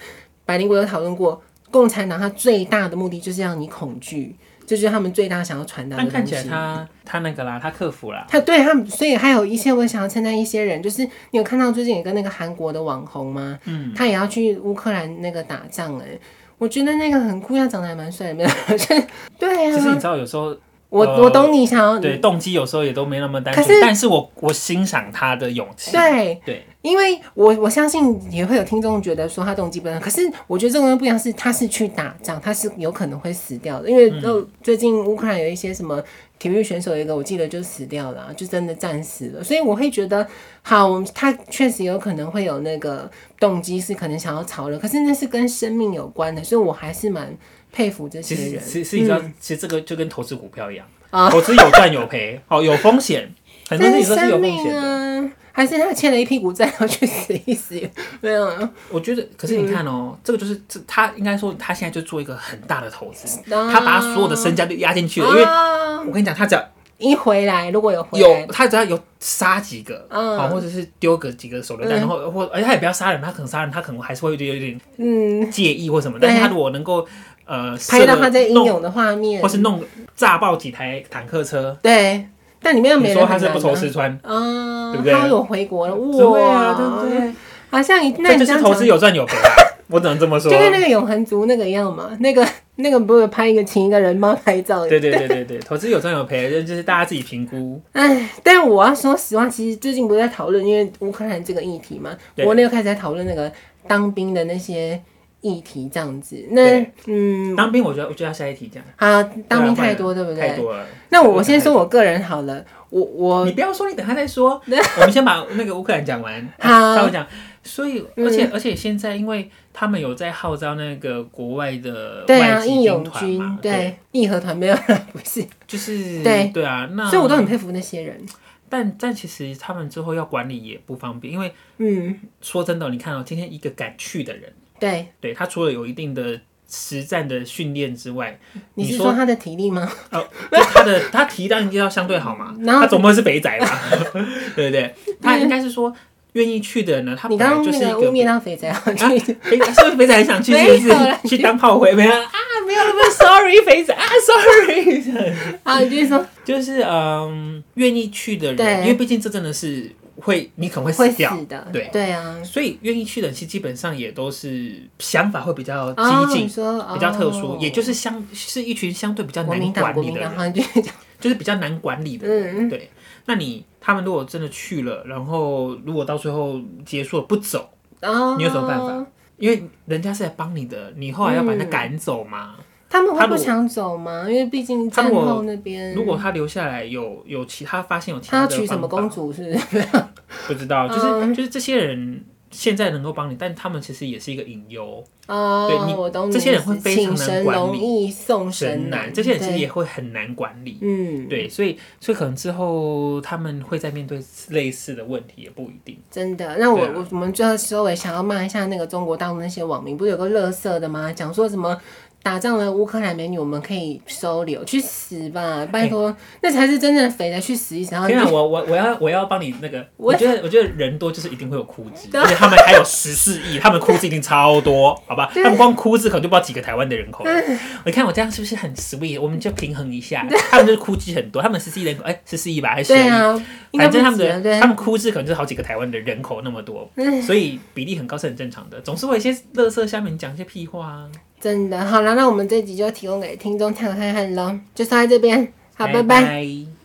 Speaker 1: 百灵国有讨论过，共产党他最大的目的就是让你恐惧，这就是他们最大想要传达的
Speaker 2: 但
Speaker 1: 东西。
Speaker 2: 看起来他他那个啦，他克服啊啦，
Speaker 1: 他对他们，所以还有一些我想要称赞一些人，就是你有看到最近有个那个韩国的网红吗？嗯，他也要去乌克兰那个打仗哎、我觉得那个很酷，他长得还蛮帅的，没有？ 对
Speaker 2: 其实你
Speaker 1: 啊，
Speaker 2: 知道有时候
Speaker 1: 我、
Speaker 2: 呃
Speaker 1: 我懂你想要
Speaker 2: 对动机有时候也都没那么单纯
Speaker 1: 可是，
Speaker 2: 但是我我欣赏他的勇气。
Speaker 1: 对
Speaker 2: 对，
Speaker 1: 因为我我相信也会有听众觉得说他动机不良，可是我觉得这个东西不一样是他是去打仗，他是有可能会死掉的，因
Speaker 2: 嗯
Speaker 1: 为呃最近乌克兰有一些什么体育选手，有一个我记得就死掉了啊、就真的战死了，所以我会觉得好，我们他确实有可能会有那个动机是可能想要炒热，可是那是跟生命有关的，所以我还是蛮佩服这
Speaker 2: 其
Speaker 1: 些
Speaker 2: 实
Speaker 1: 人。
Speaker 2: 其实你知道，其实这个就跟投资股票一样，
Speaker 1: 嗯啊
Speaker 2: 投资有赚有赔， 哦，有风险，很多事
Speaker 1: 但
Speaker 2: 情
Speaker 1: 是
Speaker 2: 都是
Speaker 1: 生
Speaker 2: 有风
Speaker 1: 命
Speaker 2: 险的。
Speaker 1: 啊，还是他欠了一屁股债要去死一死，没有啊？
Speaker 2: 我觉得，可是你看哦，这个就是这他应该说他现在就做一个很大的投资，
Speaker 1: 啊
Speaker 2: 他把他所有的身家都压进去了，因为
Speaker 1: 啊
Speaker 2: 我跟你讲，他只要
Speaker 1: 一回来如果有回来
Speaker 2: 有，他只要有杀几个，
Speaker 1: 嗯
Speaker 2: 啊，或者是丢个几个手榴弹，然后或而且他也不要杀人，他可能杀人，他可能还是会有点有点
Speaker 1: 嗯，
Speaker 2: 介意或什么。
Speaker 1: 对
Speaker 2: 但是他如果能够呃
Speaker 1: 拍到他在英
Speaker 2: 射弄
Speaker 1: 勇的画面
Speaker 2: 或，是弄炸爆几台坦克车，
Speaker 1: 对，但里面又没
Speaker 2: 你
Speaker 1: 人
Speaker 2: 说
Speaker 1: 很难
Speaker 2: 他是
Speaker 1: 啊，
Speaker 2: 不愁吃穿，
Speaker 1: 啊，
Speaker 2: 对不对
Speaker 1: 他有回国了，
Speaker 2: 对啊，
Speaker 1: 哇，
Speaker 2: 对不对？
Speaker 1: 好像你那
Speaker 2: 这
Speaker 1: 你
Speaker 2: 就
Speaker 1: 这
Speaker 2: 是
Speaker 1: 样
Speaker 2: 投资
Speaker 1: 讲
Speaker 2: 有赚有赔啊，我只能这么说
Speaker 1: 就。跟那个永恒族那个一样嘛，那个那个不是拍一个请一个人帮他拍照，
Speaker 2: 对对对对对，投资有赚有赔，这就是大家自己评估。
Speaker 1: 哎，但我要说实话，其实最近不是在讨论因为乌克兰这个议题嘛，
Speaker 2: 对
Speaker 1: 国内又开始在讨论那个当兵的那些议题这样子，那
Speaker 2: 对
Speaker 1: 嗯。
Speaker 2: 当兵，我觉得我觉得要下一题讲，
Speaker 1: 啊，当兵
Speaker 2: 不然
Speaker 1: 太多，对不
Speaker 2: 太
Speaker 1: 对？
Speaker 2: 多了。
Speaker 1: 那我我先说我个人好了，我我
Speaker 2: 你不要说，你等他 再说。我们先把那个乌克兰讲完，啊
Speaker 1: 好
Speaker 2: 稍微讲。所以，
Speaker 1: 嗯
Speaker 2: 而且、而且现在，因为他们有在号召那个国外的
Speaker 1: 对
Speaker 2: 外
Speaker 1: 啊，
Speaker 2: 籍
Speaker 1: 义
Speaker 2: 兵
Speaker 1: 勇
Speaker 2: 团
Speaker 1: 军
Speaker 2: 嘛，，
Speaker 1: 对，义和团没有啦， 不是，
Speaker 2: 就是
Speaker 1: 对
Speaker 2: 对啊。那
Speaker 1: 所以我都很佩服那些人。
Speaker 2: 但但其实他们之后要管理也不方便，因为
Speaker 1: 嗯，
Speaker 2: 说真的，你看哦，今天一个敢去的人，
Speaker 1: 对，
Speaker 2: 对他除了有一定的实战的训练之外，
Speaker 1: 你
Speaker 2: 你
Speaker 1: 是
Speaker 2: 说
Speaker 1: 说他的体力吗？
Speaker 2: 呃，就他的他提当然要相对好嘛，
Speaker 1: 然后
Speaker 2: 他总不会是北仔吧， 对不对？他应该是说愿意去的人呢，他
Speaker 1: 你
Speaker 2: 本
Speaker 1: 刚刚
Speaker 2: 来就是
Speaker 1: 那
Speaker 2: 一个
Speaker 1: 个污蔑到肥仔，我
Speaker 2: 啊，
Speaker 1: 去
Speaker 2: 肥仔是不是肥仔很想去？
Speaker 1: 没有
Speaker 2: 是不
Speaker 1: 啦
Speaker 2: 是去当炮灰？没 有啊，没有，没有，sorry，肥仔啊，sorry，
Speaker 1: 啊，你就是说
Speaker 2: 就是嗯，愿意去的
Speaker 1: 对
Speaker 2: 人，因为毕竟这真的是会，你可能会
Speaker 1: 会
Speaker 2: 死掉，
Speaker 1: 死的，
Speaker 2: 对
Speaker 1: 对啊，
Speaker 2: 所以愿意去的人其实基本上也都是想法会比较
Speaker 1: 啊
Speaker 2: 激
Speaker 1: 你
Speaker 2: 进。
Speaker 1: 说
Speaker 2: 比较特殊，
Speaker 1: 哦
Speaker 2: 也就是相是一群相对比较
Speaker 1: 国
Speaker 2: 难
Speaker 1: 民党，
Speaker 2: 管
Speaker 1: 国
Speaker 2: 理
Speaker 1: 民
Speaker 2: 的人
Speaker 1: 党，，好像就是讲
Speaker 2: 就是比较难管理的人。
Speaker 1: 嗯
Speaker 2: 对，那你他们如果真的去了，然后如果到最后结束了不走，
Speaker 1: 啊，
Speaker 2: 你有什么办法？因为人家是来帮你的，你后来要把
Speaker 1: 嗯
Speaker 2: 他赶走嘛。
Speaker 1: 他们
Speaker 2: 他
Speaker 1: 会
Speaker 2: 如
Speaker 1: 不
Speaker 2: 果
Speaker 1: 想走吗？因为毕竟
Speaker 2: 他
Speaker 1: 战
Speaker 2: 如果
Speaker 1: 后那边，
Speaker 2: 如果他留下来有有其他发现有其
Speaker 1: 嗯他要
Speaker 2: 他的
Speaker 1: 娶什么嗯
Speaker 2: 方法
Speaker 1: 公主是不是？
Speaker 2: 不知道，就是、就是这些人现在能够帮你，但他们其实也是一个隐忧，对你
Speaker 1: 哦，我懂你的意思。
Speaker 2: 这些人会非
Speaker 1: 请
Speaker 2: 常难
Speaker 1: 神
Speaker 2: 管
Speaker 1: 容
Speaker 2: 理
Speaker 1: 易送
Speaker 2: 神
Speaker 1: 难，
Speaker 2: 难，这些人其实
Speaker 1: 对
Speaker 2: 也会很难管理。
Speaker 1: 嗯，
Speaker 2: 对，所以所以可能之后他们会再面对类似的问题，也不一定。
Speaker 1: 真的。那我、
Speaker 2: 对啊
Speaker 1: 我我们最后收尾想要骂一下那个中国大陆那些网民，不是有个乐色的吗？讲说什么打仗的乌克兰美女我们可以收留，去死吧！拜托，
Speaker 2: 哎
Speaker 1: 那才是真正的肥的，去死一死！然后
Speaker 2: 天啊，
Speaker 1: 你
Speaker 2: 我我我要我要帮你那个，
Speaker 1: 我
Speaker 2: 我觉得我觉得人多就是一定会 有哭痣，
Speaker 1: 对啊
Speaker 2: 而且他们还有十四亿，他们哭痣一定超多，好吧？他们光哭痣可能就不知道几个台湾的人口了。你看我这样是不是很 sweet？我们就平衡一下，他们就是哭痣很多，他们十四亿人口，哎，十四亿吧，还是十
Speaker 1: 对
Speaker 2: 亿？
Speaker 1: 啊，应该不
Speaker 2: 反正他们
Speaker 1: 止啊对
Speaker 2: 的他们哭痣可能就是好几个台湾的人口那么多，所以比例很高是很正常的。总是会有一些乐色下面讲一些屁话啊。
Speaker 1: 真的好了，那我们这集就提供给听众参考看看喽，就上在这边，好，
Speaker 2: 哎
Speaker 1: 拜拜
Speaker 2: 拜